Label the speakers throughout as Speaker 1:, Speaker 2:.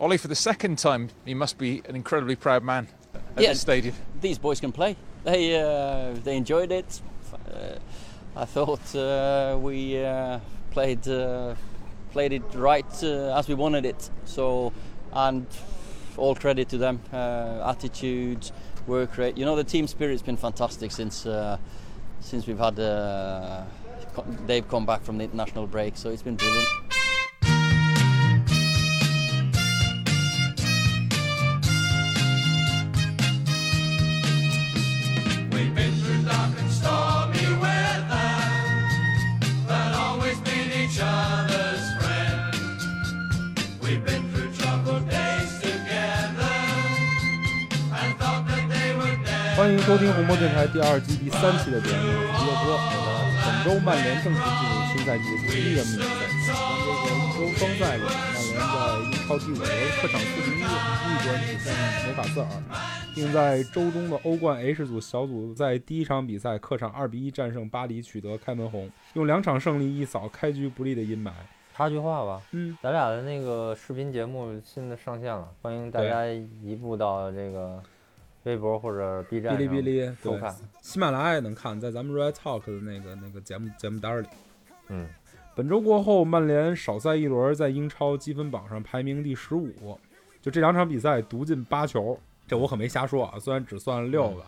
Speaker 1: Ollie, for the second time, he must be an incredibly proud man at
Speaker 2: Yeah.
Speaker 1: this stadium.
Speaker 2: These boys can play. They uh, they enjoyed it. Uh, I thought uh, we uh, played uh, played it right uh, as we wanted it. So and all credit to them. Uh, attitude, work rate. You know the team spirit's been fantastic since uh, since we've had uh, co- they've come back from the international break. So it's been brilliant.
Speaker 3: We've been through dark and stormy weather, but always been each other's friend. We've been through troubled days together, and thought that they would never.
Speaker 4: 欢迎收听红魔电台第二季第三期的节目，我是乐哥。本周曼联正式进入新赛季的第一个比赛，这个一周双赛里，曼联在英超第五轮客场四比一逆转比胜梅法瑟尔，并在周中的欧冠 H 组小组在第一场比赛客场二比一战胜巴黎，取得开门 红，用两场胜利一扫开局不利的阴霾。
Speaker 5: 插句话吧，
Speaker 4: 嗯，
Speaker 5: 咱俩的那个视频节目新的上线了，欢迎大
Speaker 4: 对
Speaker 5: 家移步到这个微博或者 B 站
Speaker 4: 哔哩哔
Speaker 5: 上
Speaker 4: 哩
Speaker 5: 收
Speaker 4: 对
Speaker 5: 看。
Speaker 4: 喜马拉雅也能看，在咱们 Red Talk 的那个那个节目节目单儿里。
Speaker 5: 嗯，
Speaker 4: 本周过后，曼联少赛一轮，在英超积分榜上排名第十五，就这两场比赛独进八球，这我可没瞎说啊，虽然只算了
Speaker 5: 嗯
Speaker 4: 六个，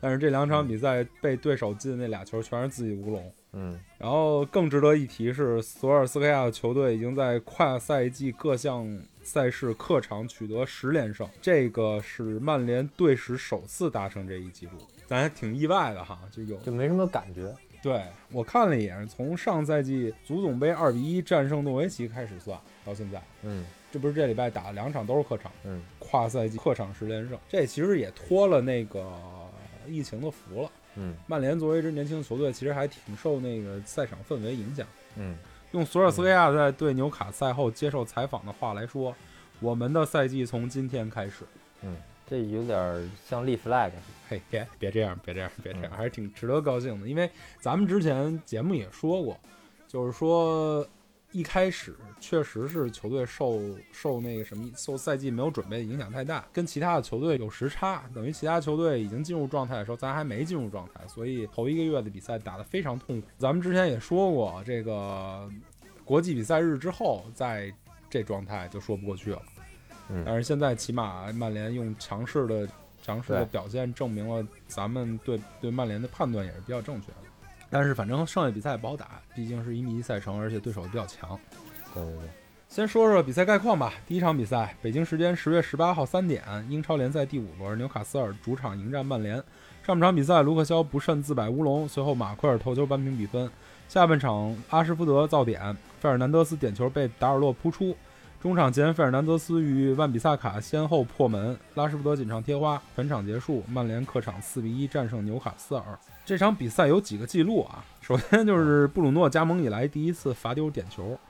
Speaker 4: 但是这两场比赛被对手进那俩球全是自己乌龙。
Speaker 5: 嗯，
Speaker 4: 然后更值得一提是，索尔斯克亚的球队已经在跨赛季各项赛事客场取得十连胜，这个是曼联队史首次达成这一记录，咱还挺意外的哈，就有
Speaker 5: 就没什么感觉。
Speaker 4: 对我看了一眼，从上赛季足总杯二比一战胜诺维奇开始算到现在，
Speaker 5: 嗯
Speaker 4: 这不是这礼拜打了两场都是客场，
Speaker 5: 嗯，
Speaker 4: 跨赛季客场十连胜，这其实也托了那个疫情的福了。
Speaker 5: 嗯
Speaker 4: 曼联作为一支年轻球队，其实还挺受那个赛场氛围影响。
Speaker 5: 嗯，
Speaker 4: 用索尔斯克亚在对纽卡赛后接受采访的话来说，我们的赛季从今天开始。
Speaker 5: 这有点儿像立 flag。
Speaker 4: 嘿，别别这样，别这样，别这样，还是挺值得高兴的。因为咱们之前节目也说过，就是说一开始确实是球队受受那个什么受赛季没有准备的影响太大，跟其他的球队有时差，等于其他球队已经进入状态的时候，咱还没进入状态，所以头一个月的比赛打得非常痛苦。咱们之前也说过，这个国际比赛日之后，在这状态就说不过去了。
Speaker 5: 嗯
Speaker 4: 但是现在起码曼联用强势的强势的
Speaker 5: 对
Speaker 4: 表现证明了咱们对对曼联的判断也是比较正确的。但是反正剩下比赛也不好打，毕竟是一比一赛程，而且对手比较强。
Speaker 5: 对对对，
Speaker 4: 先说说比赛概况吧。第一场比赛，北京时间十月十八号三点，英超联赛第五轮，纽卡斯尔主场迎战曼联。上半场比赛，卢克肖不慎自摆乌龙，随后马奎尔头球扳平比分。下半场，阿什福德造点，费尔南德斯点球被达尔洛扑出。中场前，费尔南德斯与万比萨卡先后破门，拉什福德锦上添花。全场结束，曼联客场四比一战胜纽卡斯尔。这场比赛有几个记录啊？首先就是布鲁诺加盟以来第一次罚丢点球，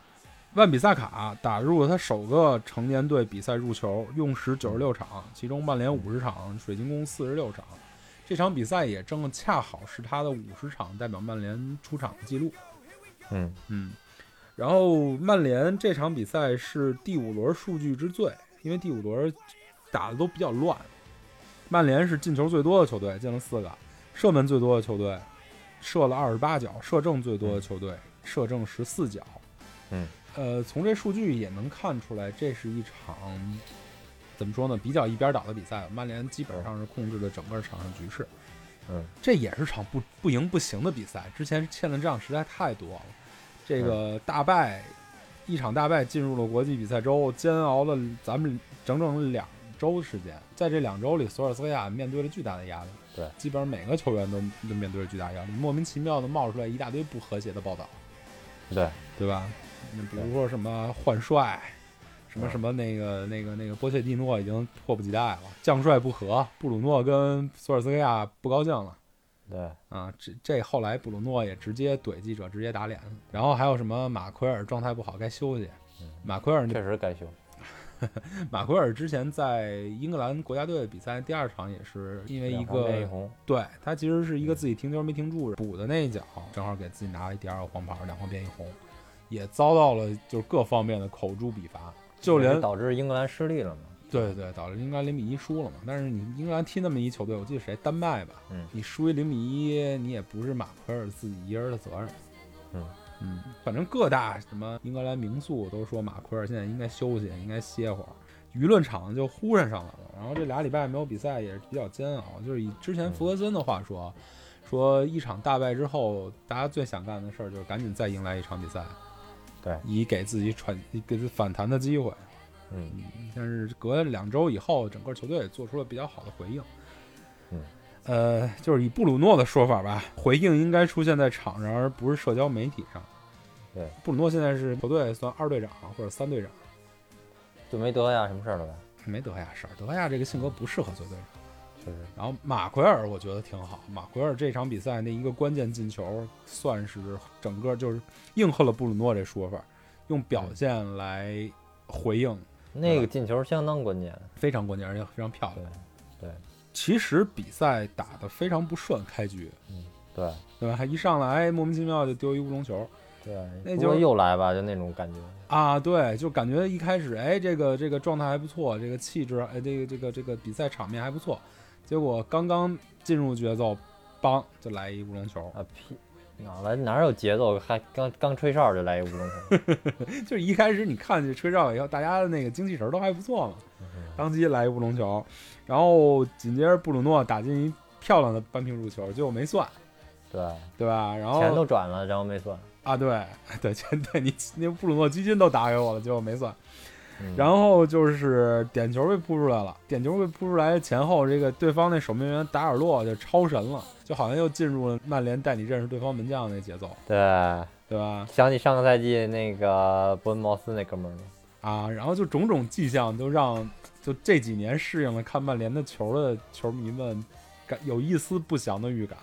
Speaker 4: 万比萨卡打入了他首个成年队比赛入球，用时九十六场，其中曼联五十场，水晶宫四十六场。这场比赛也正恰好是他的五十场代表曼联出场的记录。
Speaker 5: 嗯
Speaker 4: 嗯，然后曼联这场比赛是第五轮数据之最，因为第五轮打的都比较乱。曼联是进球最多的球队，进了四个；射门最多的球队，射了二十八脚；射正最多的球队，射正十四脚。
Speaker 5: 嗯，
Speaker 4: 呃，从这数据也能看出来，这是一场怎么说呢，比较一边倒的比赛。曼联基本上是控制了整个场上局势。
Speaker 5: 嗯，
Speaker 4: 这也是场不不赢不行的比赛，之前欠的账实在太多了。这个大败，一场大败进入了国际比赛周，煎熬了咱们整整两周时间。在这两周里，索尔斯克亚面对了巨大的压力，
Speaker 5: 对
Speaker 4: 基本上每个球员都都面对着巨大压力，莫名其妙的冒出来一大堆不和谐的报道，
Speaker 5: 对，
Speaker 4: 对吧？那比如说什么换帅，什么什么那个那个那个波切蒂诺已经迫不及待了，将帅不和，布鲁诺跟索尔斯克亚不高兴了。
Speaker 5: 对，
Speaker 4: 啊，这这后来布鲁诺也直接怼记者，直接打脸。然后还有什么马奎尔状态不好该休息，
Speaker 5: 嗯
Speaker 4: 马奎尔
Speaker 5: 确实该修。
Speaker 4: 马奎尔之前在英格兰国家队比赛第二场也是因为一
Speaker 5: 两黄嗯变一
Speaker 4: 个
Speaker 5: 红。
Speaker 4: 对他其实是一个自己停球没停住补的那一脚，正好给自己拿了第二个黄牌，两黄变一红，也遭到了就是各方面的口诛笔伐。就连
Speaker 5: 导致英格兰失利了嘛。
Speaker 4: 对对对，导致英格兰零比一输了嘛。但是你英格兰踢那么一球队，我记得谁丹麦吧，
Speaker 5: 嗯
Speaker 4: 你输一零比一，你也不是马奎尔自己一人的责任。
Speaker 5: 嗯
Speaker 4: 嗯，反正各大什么英格兰名宿都说马奎尔现在应该休息，应该歇会儿。舆论场就呼声上来了，然后这俩礼拜没有比赛也是比较煎熬。就是以之前
Speaker 5: 嗯
Speaker 4: 弗格森的话说，说一场大败之后，大家最想干的事儿就是赶紧再迎来一场比赛，
Speaker 5: 对
Speaker 4: 以给自己喘给自己反弹的机会。
Speaker 5: 嗯，
Speaker 4: 但是隔了两周以后，整个球队也做出了比较好的回应。
Speaker 5: 嗯，
Speaker 4: 呃，就是以布鲁诺的说法吧，回应应该出现在场上，而不是社交媒体上。
Speaker 5: 对，
Speaker 4: 布鲁诺现在是球队算二队长啊或者三队长，
Speaker 5: 就没德亚什么事儿了呗。
Speaker 4: 没德亚事儿。德亚这个性格不适合做队长。
Speaker 5: 确实，
Speaker 4: 然后马奎尔我觉得挺好，马奎尔这场比赛那一个关键进球，算是整个就是应和了布鲁诺这说法，用
Speaker 5: 嗯
Speaker 4: 表现来回应，
Speaker 5: 那个进球相当关键。
Speaker 4: 非常关键，而且非常漂亮
Speaker 5: 对。对
Speaker 4: 其实比赛打得非常不顺，开局
Speaker 5: 对
Speaker 4: 对吧？还一上来哎莫名其妙就丢一乌龙球那
Speaker 5: 对，
Speaker 4: 就
Speaker 5: 不过又来吧，就那种感觉。
Speaker 4: 啊，对，就感觉一开始哎，这个这个状态还不错，这个气质哎，这个这个这个比赛场面还不错，结果刚刚进入节奏，梆就来一乌龙 球，
Speaker 5: 啊屁！哪来哪有节奏？还刚刚吹哨就来一乌龙球，
Speaker 4: 就是一开始你看这吹哨以后，大家的那个精气神儿都还不错嘛，
Speaker 5: 嗯
Speaker 4: 当即来一乌龙球，然后紧接着布鲁诺打进一漂亮的扳平入球，结果没算，
Speaker 5: 对，
Speaker 4: 对吧？然后
Speaker 5: 钱都转了，然后没算。
Speaker 4: 啊，对对，钱对你那布鲁诺基金都打给我了，结果没算。
Speaker 5: 嗯
Speaker 4: 然后就是点球被扑出来了，点球被扑出来前后，这个对方那守门员达尔洛就超神了，就好像又进入了曼联带你认识对方门将的那节奏，
Speaker 5: 对，
Speaker 4: 对吧？
Speaker 5: 想起上个赛季那个伯恩茅斯那哥们儿了，
Speaker 4: 啊，然后就种种迹象都让就这几年适应了看曼联的球的球迷们感有一丝不祥的预感。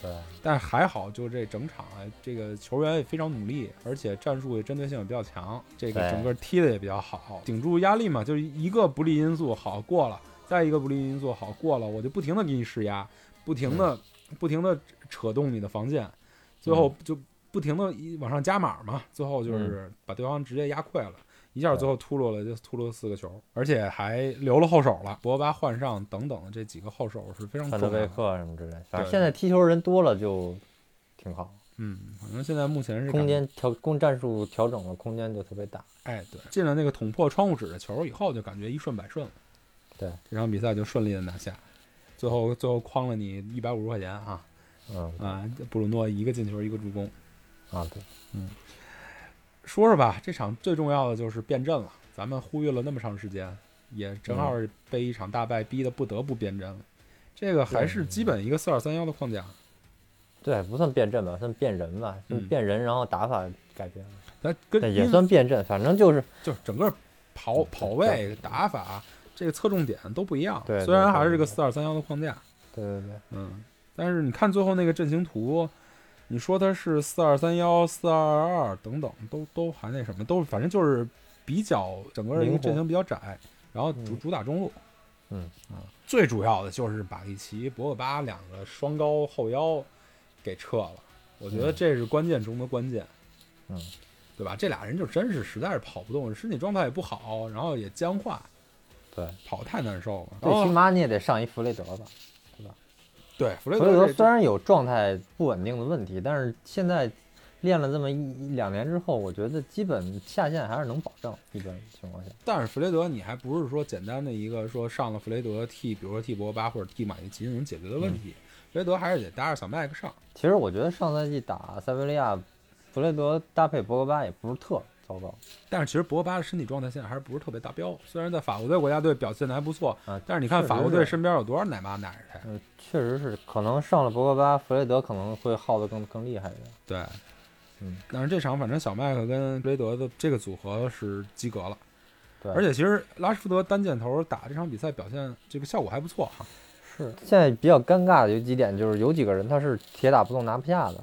Speaker 5: 对，
Speaker 4: 但还好，就这整场啊，这个球员也非常努力，而且战术也针对性也比较强，这个
Speaker 5: 对
Speaker 4: 整个踢的也比较好，顶住压力嘛，就是一个不利因素好过了，再一个不利因素好过了，我就不停的给你施压，不停
Speaker 5: 嗯
Speaker 4: 的、不停的扯动你的防线，最后
Speaker 5: 嗯
Speaker 4: 就不停的往上加码嘛，最后就是把对方直接压溃了。一下
Speaker 5: 对
Speaker 4: 最后突落了，就突落四个球，而且还留了后手了。博格巴换上等等的这几个后手是非常
Speaker 5: 范
Speaker 4: 重
Speaker 5: 德
Speaker 4: 要
Speaker 5: 贝
Speaker 4: 的。
Speaker 5: 克什么之类的。反
Speaker 4: 对
Speaker 5: 正现在踢球人多了就挺好，
Speaker 4: 嗯，反正现在目前是感
Speaker 5: 空
Speaker 4: 觉
Speaker 5: 间调攻战术调整了，空间就特别大。
Speaker 4: 哎，对，进了那个捅破窗户纸的球以后，就感觉一顺百顺了。
Speaker 5: 对，
Speaker 4: 这场比赛就顺利的拿下，最后最后诓了你一百五十块钱啊
Speaker 5: 嗯
Speaker 4: 啊！布鲁诺一个进球，一个助攻。
Speaker 5: 啊对，
Speaker 4: 说说吧，这场最重要的就是变阵了，咱们忽悠了那么长时间，也正好
Speaker 5: 嗯
Speaker 4: 是被一场大败逼得不得不变阵了。这个还是基本一个四二三幺的框架，
Speaker 5: 对不算变阵吧，算变人吧，就
Speaker 4: 嗯
Speaker 5: 变人，然后打法改变了，
Speaker 4: 它
Speaker 5: 但
Speaker 4: 跟
Speaker 5: 也
Speaker 4: 因
Speaker 5: 算变阵，反正就是
Speaker 4: 就是整个跑跑位打法这个侧重点都不一样。
Speaker 5: 对
Speaker 4: 虽然
Speaker 5: 对
Speaker 4: 还是这个
Speaker 5: 对
Speaker 4: 四二三幺的框架，
Speaker 5: 对对对，
Speaker 4: 嗯，但是你看最后那个阵型图，你说它是四二三幺、四二二等等，都都还那什么，都反正就是比较整个一
Speaker 5: 灵
Speaker 4: 个
Speaker 5: 活
Speaker 4: 阵型比较窄，然后主
Speaker 5: 嗯
Speaker 4: 主打中路，
Speaker 5: 嗯
Speaker 4: 啊，最主要的就是把里奇、博格巴两个双高后腰给撤了，我觉得
Speaker 5: 嗯
Speaker 4: 这是关键中的关键，
Speaker 5: 嗯，
Speaker 4: 对吧？这俩人就真是实在是跑不动，身体状态也不好，然后也僵化，
Speaker 5: 对，
Speaker 4: 跑太难受了。然
Speaker 5: 最起
Speaker 4: 后
Speaker 5: 码你也得上一弗雷德吧。
Speaker 4: 对弗雷
Speaker 5: 弗雷德
Speaker 4: 这
Speaker 5: 虽然有状态不稳定的问题，但是现在练了这么一一两年之后，我觉得基本下限还是能保证。一般情况下，
Speaker 4: 但是弗雷德，你还不是说简单的一个说上了弗雷德替，比如说替博格巴或者替马蒂奇能解决的问题。
Speaker 5: 嗯
Speaker 4: 弗雷德还是得搭着小麦克上，
Speaker 5: 其实我觉得上赛季打塞维利亚，弗雷德搭配博格巴也不是特糟糕
Speaker 4: 但是其实博格巴的身体状态现在还是不是特别达标。虽然在法国队国家队表现的还不错，
Speaker 5: 啊。
Speaker 4: 但是你看
Speaker 5: 确实
Speaker 4: 法国队
Speaker 5: 是，
Speaker 4: 身边有多少奶妈奶着他呀？
Speaker 5: 嗯，确实是，可能上了博格巴，弗雷德可能会耗得更更厉害一点。
Speaker 4: 对，
Speaker 5: 嗯。
Speaker 4: 但是这场反正小麦克跟弗雷德的这个组合是及格了，
Speaker 5: 对，
Speaker 4: 而且其实拉什福德单箭头打这场比赛表现这个效果还不错哈。
Speaker 5: 是现在比较尴尬的有几点，就是有几个人他是铁打不动拿不下的，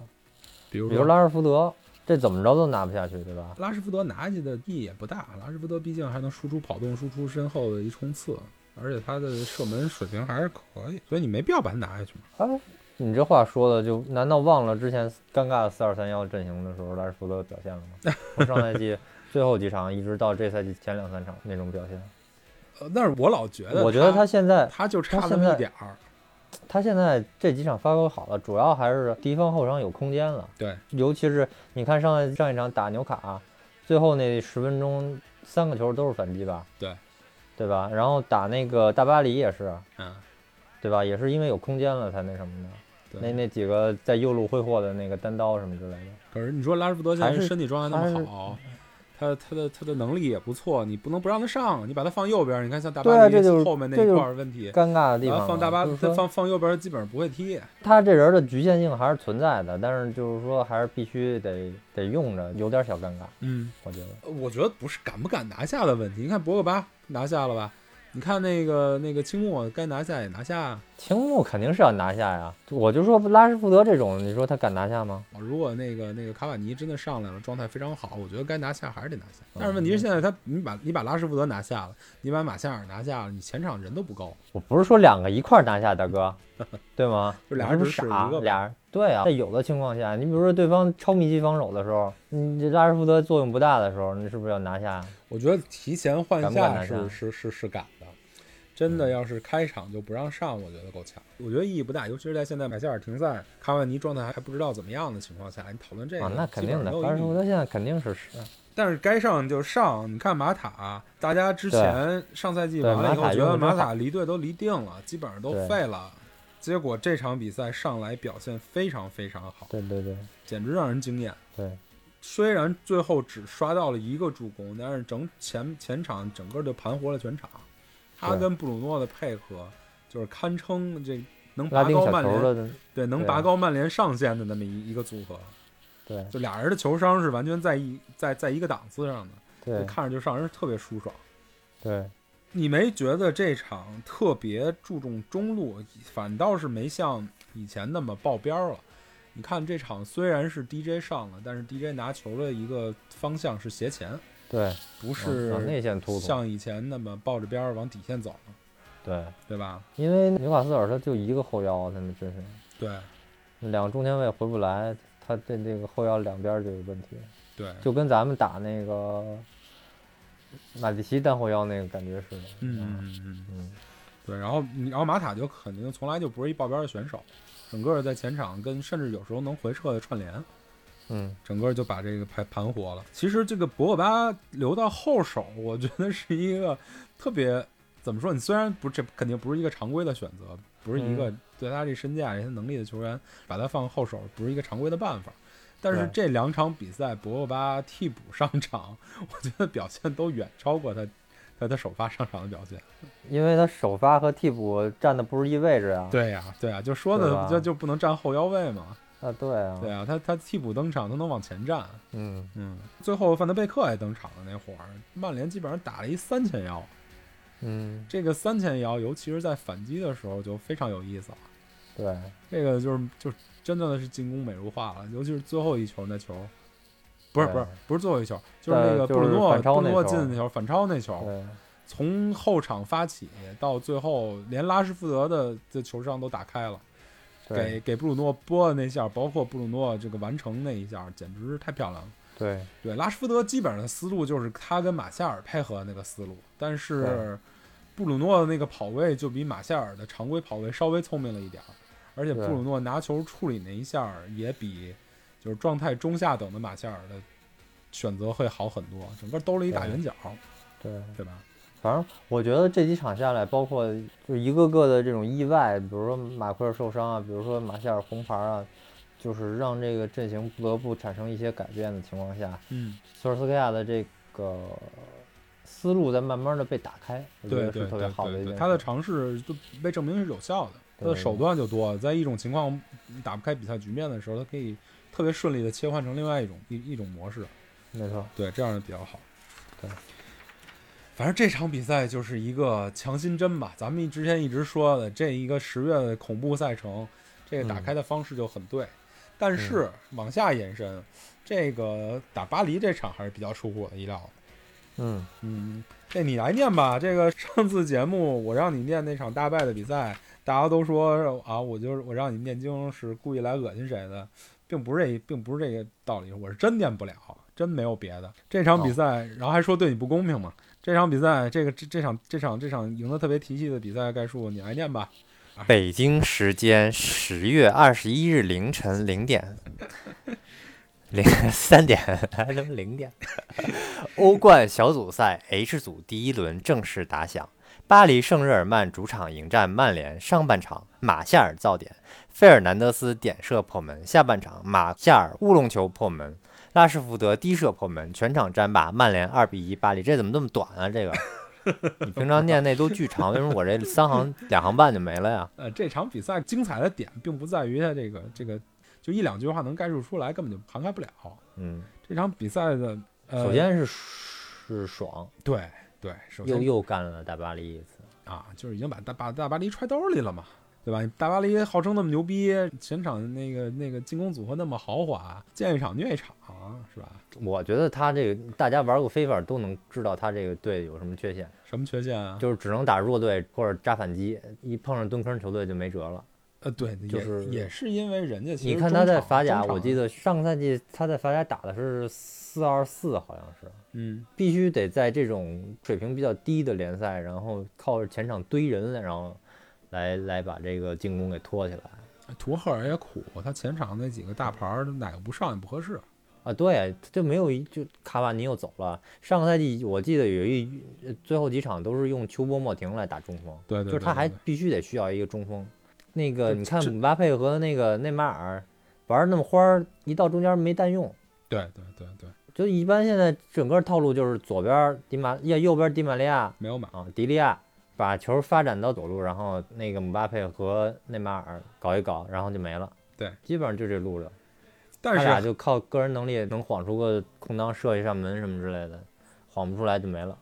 Speaker 4: 比如
Speaker 5: 比如拉什福德，这怎么着都拿不下去，对吧？
Speaker 4: 拉什福德拿下去的意义也不大，拉什福德毕竟还能输出跑动、输出身后的一冲刺，而且他的射门水平还是可以，所以你没必要把他拿下去嘛。
Speaker 5: 哎，你这话说的就 难道忘了之前尴尬的四二三幺阵型的时候，拉什福德的表现了吗？我上赛季最后几场一直到这赛季前两三场那种表现。
Speaker 4: 呃但是我老觉得，
Speaker 5: 我觉得
Speaker 4: 他
Speaker 5: 他现在
Speaker 4: 他就差
Speaker 5: 他
Speaker 4: 那
Speaker 5: 现
Speaker 4: 么一
Speaker 5: 在
Speaker 4: 点儿，
Speaker 5: 他现在这几场发挥好了，主要还是敌方后场有空间了。
Speaker 4: 对，
Speaker 5: 尤其是你看上上一场打纽卡，啊最后那十分钟三个球都是反击吧？
Speaker 4: 对，
Speaker 5: 对吧？然后打那个大巴黎也是，
Speaker 4: 嗯，
Speaker 5: 对吧？也是因为有空间了才那什么的。
Speaker 4: 对
Speaker 5: 那那几个在右路挥霍的那个单刀什么之类的，
Speaker 4: 可是你说拉什福德现
Speaker 5: 还
Speaker 4: 在
Speaker 5: 是
Speaker 4: 身体状态那么好，他他的他的能力也不错，你不能不让他上，你把他放右边儿，你看像大
Speaker 5: 对
Speaker 4: 巴
Speaker 5: 啊
Speaker 4: 黎
Speaker 5: 这就是
Speaker 4: 后面那
Speaker 5: 这
Speaker 4: 一
Speaker 5: 就是
Speaker 4: 块儿问题，
Speaker 5: 尴尬的地
Speaker 4: 然后
Speaker 5: 方了。
Speaker 4: 放大巴
Speaker 5: 就是
Speaker 4: 他
Speaker 5: 说
Speaker 4: 放放右边儿基本上不会踢，
Speaker 5: 他这人的局限性还是存在的，但是就是说还是必须得得用着，有点小尴尬，
Speaker 4: 嗯，
Speaker 5: 我觉得。
Speaker 4: 我觉得不是敢不敢拿下的问题，你看博格巴拿下了吧，你看那个那个青木该拿下也啊拿下，
Speaker 5: 青木肯定是要拿下呀，我就说拉什福德这种，你说他敢拿下吗？
Speaker 4: 如果那个那个卡瓦尼真的上来了，状态非常好，我觉得该拿下还是得拿下。但是问题
Speaker 5: 嗯
Speaker 4: 是现在他，你把你把拉什福德拿下了，你把马夏尔拿下了，你前场人都不够。
Speaker 5: 我不是说两个一块儿拿下，大哥，对吗？
Speaker 4: 就俩
Speaker 5: 你是
Speaker 4: 人
Speaker 5: 不
Speaker 4: 只
Speaker 5: 是
Speaker 4: 使
Speaker 5: 傻
Speaker 4: 一个，吧
Speaker 5: 俩人对啊，在有的情况下，你比如说对方超密集防守的时候，你这拉什福德作用不大的时候，你是不是要拿下？啊
Speaker 4: 我觉得提前换
Speaker 5: 敢不敢
Speaker 4: 下
Speaker 5: 拿
Speaker 4: 是
Speaker 5: 下嗯
Speaker 4: 是是是敢的，真的要是开场就不让上，我觉得够呛。我觉得意义不大，尤其是在现在马夏尔停赛，卡瓦尼状态还不知道怎么样的情况下，你讨论这个、
Speaker 5: 啊，那肯定的，
Speaker 4: 没有
Speaker 5: 拉
Speaker 4: 意
Speaker 5: 什
Speaker 4: 义
Speaker 5: 福德现在肯定是是，
Speaker 4: 但是该上就上。你看马塔，大家之前上赛季
Speaker 5: 对
Speaker 4: 完了以后，
Speaker 5: 马塔
Speaker 4: 觉
Speaker 5: 用
Speaker 4: 得
Speaker 5: 得
Speaker 4: 马
Speaker 5: 真好
Speaker 4: 塔离队都离定了，基本上都
Speaker 5: 对
Speaker 4: 废了。结果这场比赛上来表现非常非常好，
Speaker 5: 对对对
Speaker 4: 简直让人惊艳。
Speaker 5: 对，
Speaker 4: 虽然最后只刷到了一个助攻，但是整前前场整个就盘活了全场。他
Speaker 5: 对
Speaker 4: 跟布鲁诺的配合就是堪称这能
Speaker 5: 拉
Speaker 4: 拔
Speaker 5: 丁
Speaker 4: 高
Speaker 5: 小
Speaker 4: 曼
Speaker 5: 球
Speaker 4: 联
Speaker 5: 的，
Speaker 4: 对能
Speaker 5: 对啊
Speaker 4: 拔高曼联上限的那么一一个组合，
Speaker 5: 对
Speaker 4: 就俩人的球商是完全在一在在一个档次上的。就
Speaker 5: 对
Speaker 4: 看着就让人特别舒爽。
Speaker 5: 对，
Speaker 4: 你没觉得这场特别注重中路，反倒是没像以前那么爆边了？你看这场虽然是 DJ 上了，但是 DJ 拿球的一个方向是斜前，
Speaker 5: 对，
Speaker 4: 不
Speaker 5: 嗯往
Speaker 4: 是
Speaker 5: 内线突突，
Speaker 4: 像以前那么抱着边儿往底线走了，
Speaker 5: 对，
Speaker 4: 对吧？
Speaker 5: 因为纽卡斯尔他就一个后腰，啊他那真是。
Speaker 4: 对
Speaker 5: 那两个中前卫回不来，他这这个后腰两边儿就有问题，
Speaker 4: 对，
Speaker 5: 就跟咱们打那个马蒂奇单后腰那个感觉似的。
Speaker 4: 嗯嗯嗯，
Speaker 5: 嗯，
Speaker 4: 对。然后你然后马塔就肯定从来就不是一抱边的选手，整个在前场跟甚至有时候能回撤的串联。
Speaker 5: 嗯，
Speaker 4: 整个就把这个盘盘活了。其实这个博格巴留到后手，我觉得是一个特别怎么说？你虽然不这肯定不是一个常规的选择，不是一个
Speaker 5: 嗯
Speaker 4: 对他这身价、这些能力的球员，把他放后手不是一个常规的办法。但是
Speaker 5: 对
Speaker 4: 这两场比赛，博格巴替补上场， 我觉得表现都远超过他他的首发上场的表现。啊
Speaker 5: 因为他首发和替补站的不是一位置啊。
Speaker 4: 对呀、对呀、就说
Speaker 5: 对
Speaker 4: 的
Speaker 5: 吧
Speaker 4: 就就不能站后腰位嘛。
Speaker 5: 啊，对啊。
Speaker 4: 对啊，他他替补登场，他能往前站。
Speaker 5: 嗯，
Speaker 4: 嗯，最后范德贝克也登场了那会儿，曼联基本上打了一三前腰，
Speaker 5: 嗯，
Speaker 4: 这个三前腰，尤其是在反击的时候就非常有意思了。
Speaker 5: 对，
Speaker 4: 这个就是就是真正的是进攻美如画了，尤其是最后一球那球，不是
Speaker 5: 对
Speaker 4: 不是不是最后一球，就是那个
Speaker 5: 呃就是
Speaker 4: 布鲁诺
Speaker 5: 反超
Speaker 4: 布鲁诺
Speaker 5: 那球
Speaker 4: 进的那球，反超那球，
Speaker 5: 对，
Speaker 4: 从后场发起到最后，连拉什福德的的球商都打开了，给
Speaker 5: 对，
Speaker 4: 给布鲁诺拨的那下，包括布鲁诺这个完成那一下，简直是太漂亮了。
Speaker 5: 对，
Speaker 4: 对，拉什福德基本上的思路就是他跟马夏尔配合的那个思路，但
Speaker 5: 啊
Speaker 4: 是布鲁诺的那个跑位就比马夏尔的常规跑位稍微聪明了一点儿，而且布
Speaker 5: 对
Speaker 4: 鲁诺拿球处理那一下儿也比就是状态中下等的马夏尔的选择会好很多，整个兜了一大
Speaker 5: 对
Speaker 4: 圆角，
Speaker 5: 对。
Speaker 4: 对吧？
Speaker 5: 反正我觉得这几场下来，包括就一个个的这种意外，比如说马奎尔受伤啊，比如说马夏尔红牌啊，就是让这个阵型不得不产生一些改变的情况下，
Speaker 4: 嗯，
Speaker 5: 索尔斯克亚的这个思路在慢慢的被打开，我觉
Speaker 4: 对
Speaker 5: 得
Speaker 4: 对
Speaker 5: 是特别
Speaker 4: 对
Speaker 5: 好的
Speaker 4: 对
Speaker 5: 一件
Speaker 4: 对，
Speaker 5: 事。
Speaker 4: 他的尝试就被证明是有效的，他
Speaker 5: 对
Speaker 4: 的
Speaker 5: 对
Speaker 4: 手
Speaker 5: 对
Speaker 4: 段就多，在一种情况打不开比赛局面的时候，他可以特别顺利的切换成另外一种一一种模式。
Speaker 5: 没错，
Speaker 4: 对，这样比较好。
Speaker 5: 对，
Speaker 4: 反正这场比赛就是一个强心针吧。咱们之前一直说的，这一个十月的恐怖赛程，这个打
Speaker 5: 嗯
Speaker 4: 开的方式就很对。但是往下延伸，这个打巴黎这场还是比较出乎我的意料的。
Speaker 5: 嗯，
Speaker 4: 嗯，这你来念吧。这个上次节目我让你念那场大败的比赛，大家都说啊，我就是我让你念经是故意来恶心谁的，并不是这并不是这个道理，我是真念不了。真没有别的。这场比赛，然后还说对你不公平嘛？这场比赛，这个这这场这场这场赢得特别提气的比赛概述，你来念吧。
Speaker 5: 北京时间十月二十一日凌晨零点，零 三点还能零点。欧冠小组赛 H 组第一轮正式打响，巴黎圣日耳曼主场迎战曼联。上半场马夏尔造点，费尔南德斯点射破门；下半场马夏尔乌龙球破门，拉什福德低射破门，全场战罢，曼联二比一巴黎。这怎么这么短啊？这个你平常念那都巨长，为什么我这三行两行半就没了呀？
Speaker 4: 呃，这场比赛精彩的点并不在于它这个这个，就一两句话能概述出来，根本就涵盖不了。
Speaker 5: 嗯，
Speaker 4: 这场比赛的，呃、
Speaker 5: 首先是是爽，
Speaker 4: 对对，首
Speaker 5: 又
Speaker 4: 先
Speaker 5: 又干了大巴黎一次。
Speaker 4: 啊，就是已经把大把大巴黎揣兜里了嘛，对吧？大巴黎号称那么牛逼，前场那个那个进攻组合那么豪华，见一场虐一场，是吧？
Speaker 5: 我觉得他这个大家玩过非法都能知道他这个队有什么缺陷，
Speaker 4: 什么缺陷啊？
Speaker 5: 就是只能打弱队或者扎反击，一碰上蹲坑球队就没辙了。
Speaker 4: 呃，对，也
Speaker 5: 就是
Speaker 4: 也是因为人家其实
Speaker 5: 你看他在法甲，
Speaker 4: 中场
Speaker 5: 我记，得上个赛季他在法甲打的是四二四，好像是。
Speaker 4: 中场嗯，
Speaker 5: 必须得在这种水平比较低的联赛，然后靠着前场堆人，然后来来把这个进攻给拖起来
Speaker 4: 图赫尔也苦，他前场那几个大牌儿哪个不上也不合适。
Speaker 5: 啊！对，就没有一就卡瓦尼又走了。上个赛季我记得有一呃最后几场都是用秋波莫廷来打中锋，
Speaker 4: 对对对
Speaker 5: 就是他还
Speaker 4: 对对
Speaker 5: 必须得需要一个中锋。那个
Speaker 4: 这
Speaker 5: 你看
Speaker 4: 这
Speaker 5: 姆巴佩和那个内马尔玩儿那么花儿，一到中间没弹用。
Speaker 4: 对对对对，
Speaker 5: 就一般现在整个套路就是左边儿迪马要右边儿迪马利亚，
Speaker 4: 没有满，
Speaker 5: 啊，迪利亚把球发展到左路，然后那个姆巴佩和内马尔搞一搞，然后就没了。
Speaker 4: 对，
Speaker 5: 基本上就这路子，他
Speaker 4: 但
Speaker 5: 俩
Speaker 4: 是
Speaker 5: 就靠个人能力能晃出个空当，射一扇门什么之类的，晃不出来就没了。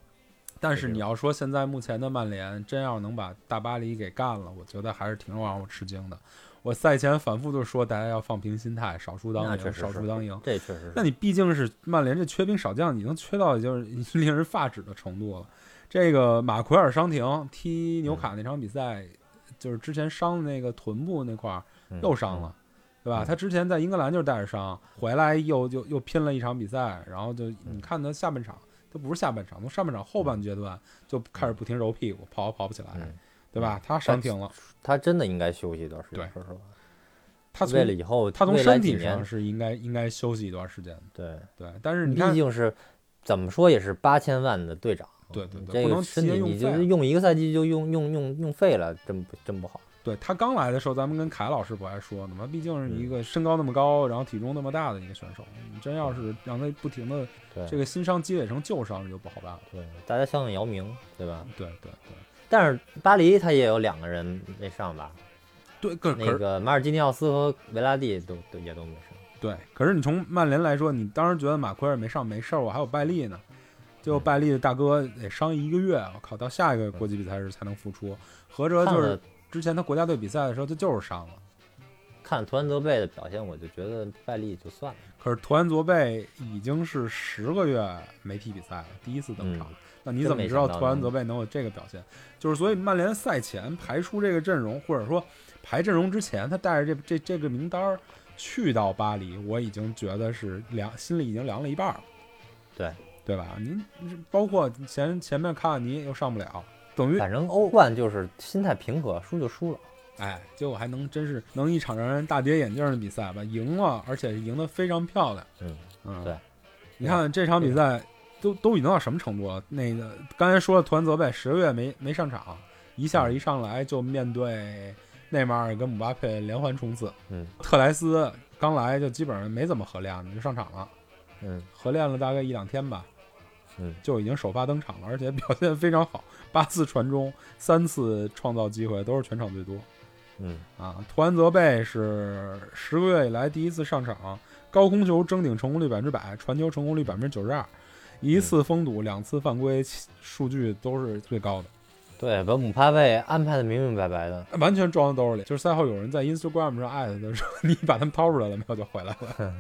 Speaker 4: 但
Speaker 5: 就是这
Speaker 4: 你要说现在目前的曼联真要能把大巴黎给干了，我觉得还是挺让我吃惊的。我赛前反复就说大家要放平心态，少输当
Speaker 5: 那确
Speaker 4: 赢，
Speaker 5: 实
Speaker 4: 少输
Speaker 5: 是
Speaker 4: 当赢。
Speaker 5: 这确实
Speaker 4: 那
Speaker 5: 是。
Speaker 4: 你毕竟是曼联这缺兵少将，你能缺到就是令人发指的程度了。这个马奎尔伤停，踢纽
Speaker 5: 嗯
Speaker 4: 卡那场比赛，就是之前伤的那个臀部那块儿
Speaker 5: 嗯
Speaker 4: 又伤了，对吧？他之前在英格兰就是带着伤，回来又又又拼了一场比赛，然后就
Speaker 5: 嗯
Speaker 4: 你看他下半场，他不是下半场，从上半场后半阶段就开始不停揉屁股，跑啊跑不起来
Speaker 5: 嗯，
Speaker 4: 对吧？他伤停了，
Speaker 5: 他真的应该休息一段时间
Speaker 4: 对，
Speaker 5: 说实话。
Speaker 4: 他
Speaker 5: 为了
Speaker 4: 从
Speaker 5: 以后，
Speaker 4: 他从
Speaker 5: 未来
Speaker 4: 身
Speaker 5: 几
Speaker 4: 体上
Speaker 5: 年
Speaker 4: 是应该应该休息一段时间的，
Speaker 5: 对，
Speaker 4: 对。但是你
Speaker 5: 毕
Speaker 4: 看，
Speaker 5: 竟是怎么说也是八千万的队长。
Speaker 4: 对对对，
Speaker 5: 这
Speaker 4: 不能
Speaker 5: 个
Speaker 4: 直
Speaker 5: 身
Speaker 4: 接
Speaker 5: 体
Speaker 4: 用
Speaker 5: 你
Speaker 4: 废
Speaker 5: 就
Speaker 4: 了
Speaker 5: 是用一个赛季就用用用用废了，真不真不好。
Speaker 4: 对他刚来的时候，咱们跟凯老师不还说呢吗？毕竟
Speaker 5: 嗯
Speaker 4: 是一个身高那么高，然后体重那么大的一个选手，你真要是让他不停的
Speaker 5: 对
Speaker 4: 这个新伤积累成旧伤，这就不好办了。
Speaker 5: 对，大家想想姚明，对吧？
Speaker 4: 对对对
Speaker 5: 但是巴黎他也有两个人没上吧？
Speaker 4: 对，可可
Speaker 5: 那
Speaker 4: 是
Speaker 5: 个马尔基尼奥斯和维拉蒂都都也都没上。
Speaker 4: 对，可是你从曼联来说，你当时觉得马奎尔没上没事儿，我还有拜利呢。结果拜利的大哥得伤一个月，我靠，到下一个国际比赛日才能复出。合着
Speaker 5: 看
Speaker 4: 就是
Speaker 5: 了
Speaker 4: 之前他国家队比赛的时候，他就是伤了。
Speaker 5: 看了图安泽贝的表现，我就觉得拜利就算了。
Speaker 4: 可是图安卓贝已经是十个月没踢比赛了，第一次登场。
Speaker 5: 嗯
Speaker 4: 那你怎么知道
Speaker 5: 真没想到
Speaker 4: 图安泽贝能有这个表现？就是所以曼联赛前排出这个阵容，或者说排阵容之前，他带着这这这个名单儿去到巴黎，我已经觉得是凉，心里已经凉了一半儿了。
Speaker 5: 对
Speaker 4: 对吧？您包括前前面卡瓦尼又上不了，等于
Speaker 5: 反正欧冠就是心态平和，输就输了。
Speaker 4: 哎，结果还能真是能一场让人大跌眼镜的比赛吧，赢了，而且赢得非常漂亮。
Speaker 5: 嗯
Speaker 4: 嗯，
Speaker 5: 对，
Speaker 4: 你看这场比赛都都已经到什么程度了？那个刚才说了，团泽贝十个月没没上场，一下一上来就面对内马尔跟姆巴佩连环冲刺。
Speaker 5: 嗯，
Speaker 4: 特莱斯刚来就基本上没怎么合练呢，就上场了，
Speaker 5: 嗯，
Speaker 4: 合练了大概一两天吧。
Speaker 5: 嗯，
Speaker 4: 就已经首发登场了，而且表现非常好，八次传中，三次创造机会，都是全场最多。
Speaker 5: 嗯，
Speaker 4: 啊，图安泽贝是十个月以来第一次上场，高空球争顶成功率百分之百，传球成功率百分之九十二，一次封堵，两次犯规，其数据都是最高的，
Speaker 5: 对，把姆巴佩安排的明明白白的。
Speaker 4: 完全装兜里。就是赛后有人在 Instagram 上艾特他说：“ 你把他们掏出来了没有？”就回来了。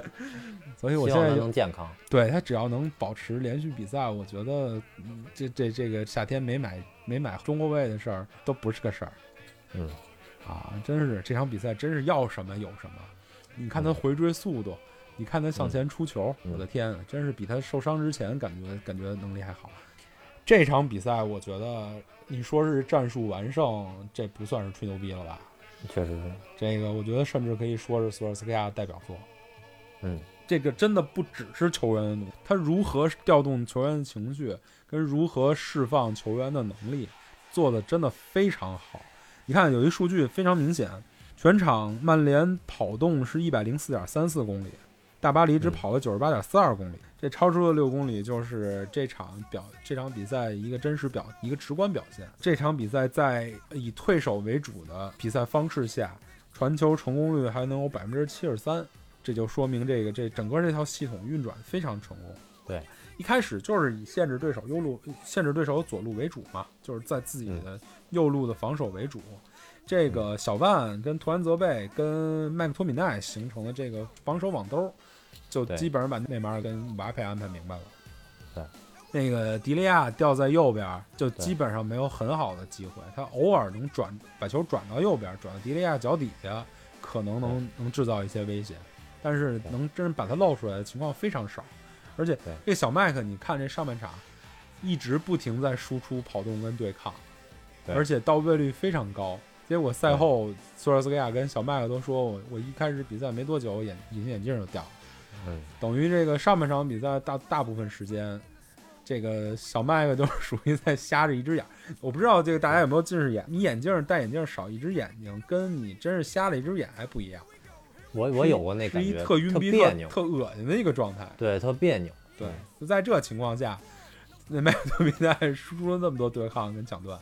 Speaker 4: 所以我
Speaker 5: 希
Speaker 4: 现
Speaker 5: 望
Speaker 4: 在
Speaker 5: 他
Speaker 4: 就
Speaker 5: 能健康。
Speaker 4: 对他只要能保持连续比赛，我觉得嗯这这这个夏天没买没买中后卫的事儿都不是个事儿。
Speaker 5: 嗯，
Speaker 4: 啊，真是这场比赛真是要什么有什么。你看他回追速度，你看他向前出球，
Speaker 5: 嗯
Speaker 4: 我的天，啊真是比他受伤之前感觉感觉能力还好。这场比赛，我觉得你说是战术完胜，这不算是吹牛逼了吧？
Speaker 5: 确实是，
Speaker 4: 这个我觉得甚至可以说是索尔斯克亚的代表作。
Speaker 5: 嗯，
Speaker 4: 这个真的不只是球员的努力，他如何调动球员的情绪，跟如何释放球员的能力，做的真的非常好。你看有一数据非常明显，全场曼联跑动是一百零四点三四公里，大巴黎只
Speaker 5: 嗯
Speaker 4: 跑了九十八点四二公里，这超出了六公里，就是这场表这场比赛一个真实表一个直观表现。这场比赛在以退守为主的比赛方式下，传球成功率还能有百分之七十三，这就说明这个这整个这套系统运转非常成功。
Speaker 5: 对，
Speaker 4: 一开始就是以限制对手右路、呃限制对手左路为主嘛，就是在自己的
Speaker 5: 嗯
Speaker 4: 右路的防守为主。这个小万跟图安泽贝跟麦克托米奈形成的这个防守网兜，就
Speaker 5: 对
Speaker 4: 基本上把内马尔跟姆巴佩安排明白了。
Speaker 5: 对，
Speaker 4: 那个迪利亚掉在右边，就
Speaker 5: 对
Speaker 4: 基本上没有很好的机会。他偶尔能转把球转到右边，转到迪利亚脚底下，可能能能制造一些威胁，但是
Speaker 5: 对
Speaker 4: 能真把它露出来的情况非常少。而且
Speaker 5: 对
Speaker 4: 这小麦克，你看这上半场一直不停在输出跑动跟对抗，
Speaker 5: 对
Speaker 4: 而且到位率非常高。结果赛
Speaker 5: 对
Speaker 4: 后，索尔斯克亚跟小麦克都说我我一开始比赛没多久，我眼隐形眼镜就掉了。
Speaker 5: 嗯，
Speaker 4: 等于这个上半场比赛大大部分时间，这个小麦克都是属于在瞎着一只眼儿。我不知道这个大家有没有近视眼，你眼镜儿戴眼镜儿少一只眼睛，跟你真是瞎了一只眼还不一样。
Speaker 5: 我
Speaker 4: 是
Speaker 5: 我
Speaker 4: 一
Speaker 5: 有过那感
Speaker 4: 是一
Speaker 5: 觉，
Speaker 4: 特晕逼、
Speaker 5: 别
Speaker 4: 特
Speaker 5: 扭，
Speaker 4: 特恶心的一个状态。
Speaker 5: 对，特别扭，
Speaker 4: 对
Speaker 5: 嗯，
Speaker 4: 就在这情况下，那麦克托米奈输出了那么多对抗跟抢断，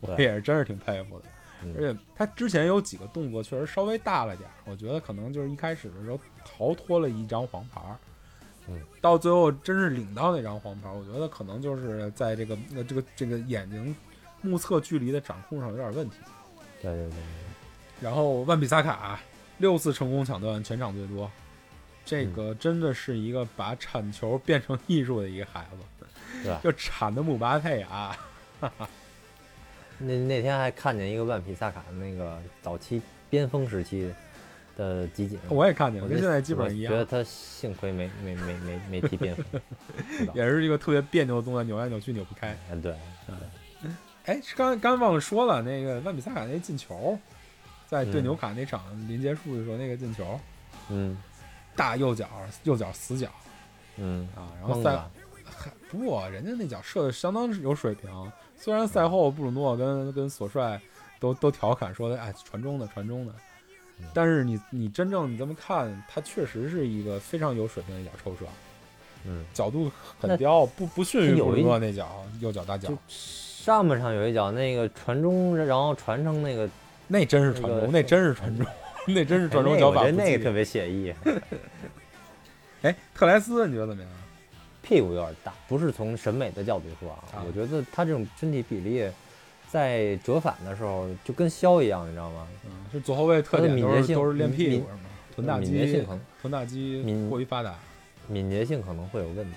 Speaker 4: 我
Speaker 5: 对
Speaker 4: 也是真是挺佩服的。
Speaker 5: 嗯
Speaker 4: 而且他之前有几个动作确实稍微大了点儿，我觉得可能就是一开始的时候逃脱了一张黄牌儿，
Speaker 5: 嗯，
Speaker 4: 到最后真是领到那张黄牌儿，我觉得可能就是在这个呃这个这个眼睛目测距离的掌控上有点问题。
Speaker 5: 对对对，
Speaker 4: 然后万比萨卡六次成功抢断，全场最多。这个
Speaker 5: 嗯
Speaker 4: 真的是一个把铲球变成艺术的一个孩子，
Speaker 5: 对 吧
Speaker 4: 就铲的姆巴佩啊，
Speaker 5: 那那天还看见一个万皮萨卡的那个早期边锋时期的集锦，
Speaker 4: 我也看见了，
Speaker 5: 我
Speaker 4: 跟
Speaker 5: 就
Speaker 4: 现在基本
Speaker 5: 我
Speaker 4: 上一
Speaker 5: 觉得
Speaker 4: 样，
Speaker 5: 他幸亏没没没没没踢边 锋，知道
Speaker 4: 也是一个特别别扭的动作，扭来扭去扭不开。
Speaker 5: 哎对，
Speaker 4: 哎，是刚刚忘了说了，那个万比萨卡那进球，在对
Speaker 5: 嗯
Speaker 4: 纽卡那场临结束的时候那个进球，
Speaker 5: 嗯
Speaker 4: 大右脚右脚死角
Speaker 5: 嗯，
Speaker 4: 啊，然后
Speaker 5: 蒙
Speaker 4: 赛
Speaker 5: 了，
Speaker 4: 不过人家那脚射的相当是有水平，虽然赛后布鲁诺跟跟索帅都都调侃说，哎，传中的传中的
Speaker 5: 嗯，
Speaker 4: 但是你你真正你这么看，他确实是一个非常有水平的一脚抽射，
Speaker 5: 嗯，
Speaker 4: 角度很
Speaker 5: 那
Speaker 4: 刁，不不逊于
Speaker 5: 他有
Speaker 4: 布鲁
Speaker 5: 一
Speaker 4: 诺那脚右脚大脚
Speaker 5: 就，上半场有一脚那个传中，然后传成那个
Speaker 4: 那真是传中，那
Speaker 5: 那个
Speaker 4: 真是传 中，那真是
Speaker 5: 哎
Speaker 4: 传
Speaker 5: 那
Speaker 4: 中
Speaker 5: 个
Speaker 4: 脚
Speaker 5: 我
Speaker 4: 法
Speaker 5: 觉
Speaker 4: 不
Speaker 5: 得那个特
Speaker 4: 济。
Speaker 5: 别写意，
Speaker 4: 哎，特莱斯你觉得怎么样？
Speaker 5: 屁股有点大，不是从审美的角度说啊，
Speaker 4: 啊
Speaker 5: 我觉得他这种身体比例。在折返的时候就跟削一样，你知道吗？
Speaker 4: 嗯，是左后卫特
Speaker 5: 他的
Speaker 4: 点都
Speaker 5: 敏捷
Speaker 4: 是
Speaker 5: 性
Speaker 4: 都是练
Speaker 5: 敏
Speaker 4: 屁股
Speaker 5: 敏
Speaker 4: 是吗？臀大
Speaker 5: 敏捷
Speaker 4: 肌
Speaker 5: 性很，
Speaker 4: 臀大肌
Speaker 5: 敏
Speaker 4: 过于发达。
Speaker 5: 敏捷性可能会有问题。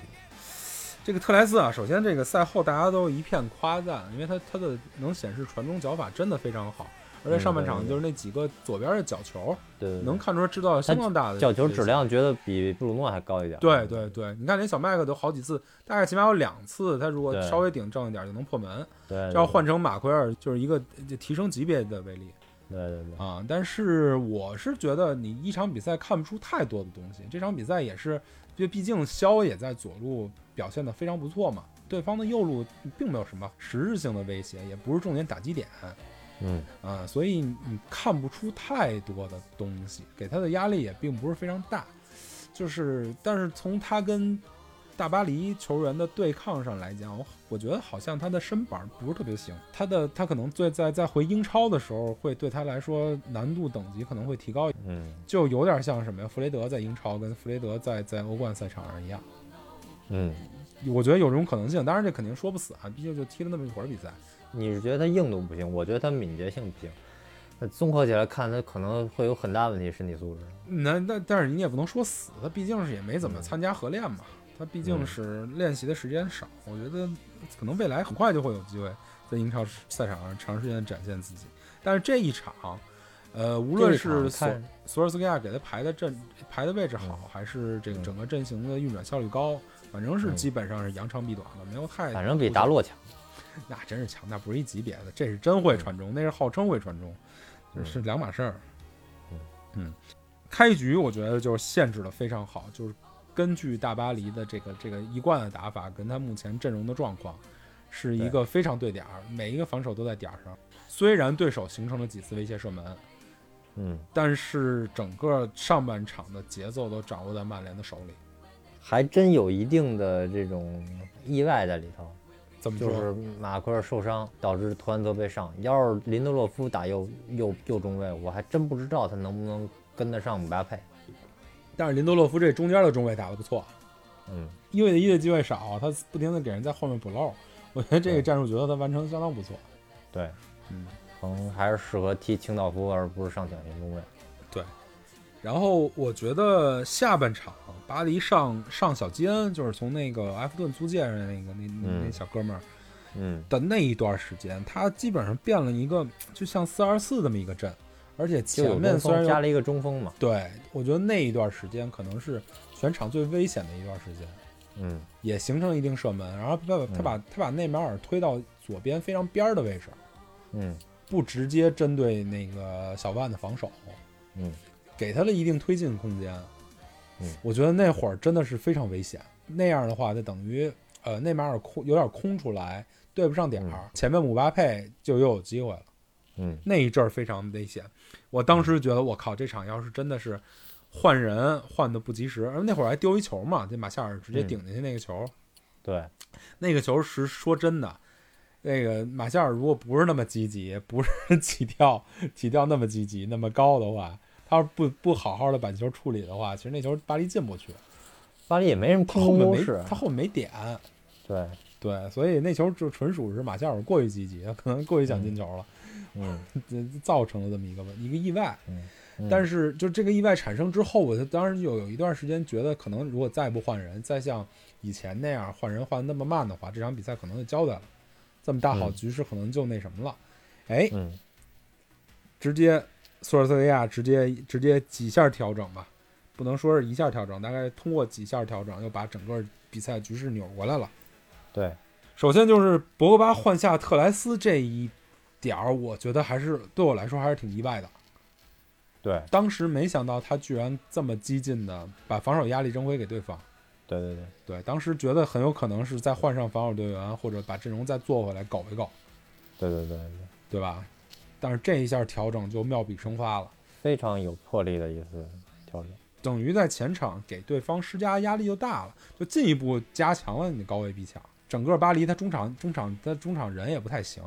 Speaker 4: 这个特莱斯啊，首先这个赛后大家都一片夸赞，因为他他的能显示传中脚法真的非常好，而且上半场
Speaker 5: 嗯对对对
Speaker 4: 就是那几个左边的角球，
Speaker 5: 对对，对
Speaker 4: 能看出来制造了相当大的
Speaker 5: 角球质
Speaker 4: 量。
Speaker 5: 量觉得比布鲁诺还高一点。
Speaker 4: 对啊对对，你看连小麦克都好几次，大概起码有两次，他如果
Speaker 5: 对
Speaker 4: 稍微顶正一点就能破门。
Speaker 5: 对，
Speaker 4: 这要换成马奎尔，就是一个就提升级别的威力
Speaker 5: 对对对，
Speaker 4: 啊。但是我是觉得你一场比赛看不出太多的东西，这场比赛也是，因为毕竟肖也在左路表现的非常不错嘛，对方的右路并没有什么实质性的威胁，也不是重点打击点。
Speaker 5: 嗯，
Speaker 4: 啊，所以你看不出太多的东西，给他的压力也并不是非常大。就是，但是从他跟大巴黎球员的对抗上来讲，我我觉得好像他的身板不是特别行。他的他可能最在在回英超的时候，会对他来说难度等级可能会提高，
Speaker 5: 嗯
Speaker 4: 就有点像什么呀？弗雷德在英超跟弗雷德在在欧冠赛场上一样。
Speaker 5: 嗯，
Speaker 4: 我觉得有这种可能性，当然这肯定说不死啊，毕竟就踢了那么一会儿比赛。
Speaker 5: 你是觉得他硬度不行？我觉得他敏捷性不行。那综合起来看，他可能会有很大问题，身体素质。
Speaker 4: 那那但是你也不能说死，他毕竟是也没怎么
Speaker 5: 嗯
Speaker 4: 参加合练嘛，他毕竟
Speaker 5: 嗯
Speaker 4: 是练习的时间少，我觉得可能未来很快就会有机会在英超赛场上长时间地展现自己。但是这一场，呃，无
Speaker 5: 无
Speaker 4: 论是索
Speaker 5: 看
Speaker 4: 索尔斯克亚给他排的阵排的位置好，还是这个
Speaker 5: 嗯
Speaker 4: 整个阵型的运转效率高，反正是
Speaker 5: 嗯
Speaker 4: 基本上是扬长避短了，没有太
Speaker 5: 反正比
Speaker 4: 突出
Speaker 5: 达洛强。
Speaker 4: 那真是强，那不是一级别的，这是真会传中，那是号称会传中，
Speaker 5: 嗯
Speaker 4: 是两码事儿
Speaker 5: 嗯。
Speaker 4: 嗯，开局我觉得就是限制的非常好，就是根据大巴黎的这个这个一贯的打法，跟他目前阵容的状况，是一
Speaker 5: 对
Speaker 4: 个非常对点儿，每一个防守都在点儿上。虽然对手形成了几次威胁射门，
Speaker 5: 嗯，
Speaker 4: 但是整个上半场的节奏都掌握在曼联的手里。
Speaker 5: 还真有一定的这种意外在里头，
Speaker 4: 怎么说？
Speaker 5: 就是马奎尔受伤导致图安泽被上。要是林德洛夫打右右右中卫，我还真不知道他能不能跟得上姆巴佩。
Speaker 4: 但是林德洛夫这中间的中卫打得不错，
Speaker 5: 嗯，
Speaker 4: 一对一的机会少，他不停的给人在后面补漏，我觉得这个战术角色他完成的相当不错。
Speaker 5: 对，
Speaker 4: 嗯，
Speaker 5: 可能还是适合踢清道夫，而不是上抢型中卫。
Speaker 4: 然后我觉得下半场巴黎上上小基恩，就是从那个埃弗顿租借上的那个那那
Speaker 5: 嗯
Speaker 4: 那小哥们儿
Speaker 5: 嗯，
Speaker 4: 的那一段时间，他基本上变了一个就像四二四这么一个阵，而且
Speaker 5: 就
Speaker 4: 前
Speaker 5: 有
Speaker 4: 面
Speaker 5: 中
Speaker 4: 虽然
Speaker 5: 锋
Speaker 4: 有
Speaker 5: 加了一个中锋嘛。
Speaker 4: 对，我觉得那一段时间可能是全场最危险的一段时间，
Speaker 5: 嗯
Speaker 4: 也形成了一定射门，然后他把他把他把内马尔推到左边非常边儿的位置。
Speaker 5: 嗯
Speaker 4: 不直接针对那个小万的防守，
Speaker 5: 嗯，
Speaker 4: 给他了一定推进空间。
Speaker 5: 嗯
Speaker 4: 我觉得那会儿真的是非常危险。那样的话，就等于呃内马尔空有点空出来，对不上点儿，前面姆巴佩就又有机会了。
Speaker 5: 嗯
Speaker 4: 那一阵儿非常危险，我当时觉得我靠，这场要是真的是换人换的不及时，而那会儿还丢一球嘛，这马夏尔直接
Speaker 5: 嗯
Speaker 4: 顶进去那个球，
Speaker 5: 对，
Speaker 4: 那个球是说真的，那个马夏尔如果不是那么积极，不是 起跳起跳那么积极那么高的话，他要是不不好好的把球处理的话，其实那球巴黎进不去，
Speaker 5: 巴黎也没什么
Speaker 4: 他
Speaker 5: 空
Speaker 4: 后
Speaker 5: 中
Speaker 4: 面
Speaker 5: 优
Speaker 4: 没
Speaker 5: 势。
Speaker 4: 他后面没点，
Speaker 5: 啊对，
Speaker 4: 对，所以那球就纯属是马夏尔过于积极，可能过于想进球了，
Speaker 5: 嗯
Speaker 4: 这造成了这么一个问一个意外。
Speaker 5: 嗯
Speaker 4: 但是就这个意外产生之后，我就当时就有一段时间觉得，可能如果再不换人，再像以前那样换人换得那么慢的话，这场比赛可能就交代了。这么大好
Speaker 5: 嗯
Speaker 4: 局势可能就那什么了。哎，
Speaker 5: 嗯
Speaker 4: 直接索尔斯克亚直接直接几下调整吧，不能说是一下调整，大概通过几下调整又把整个比赛局势扭过来了。
Speaker 5: 对，
Speaker 4: 首先就是博格巴换下特莱斯这一点儿，我觉得还是对我来说还是挺意外的。
Speaker 5: 对
Speaker 4: 当时没想到他居然这么激进的把防守压力扔回给对方。
Speaker 5: 对对对，
Speaker 4: 对，当时觉得很有可能是再换上防守队员，或者把阵容再做回来搞一搞，
Speaker 5: 对对对对，
Speaker 4: 对吧？但是这一下调整就妙笔生花了，
Speaker 5: 非常有魄力的一次调整。
Speaker 4: 等于在前场给对方施加压力就大了，就进一步加强了你的高位逼抢。整个巴黎他中场中场他中场人也不太行，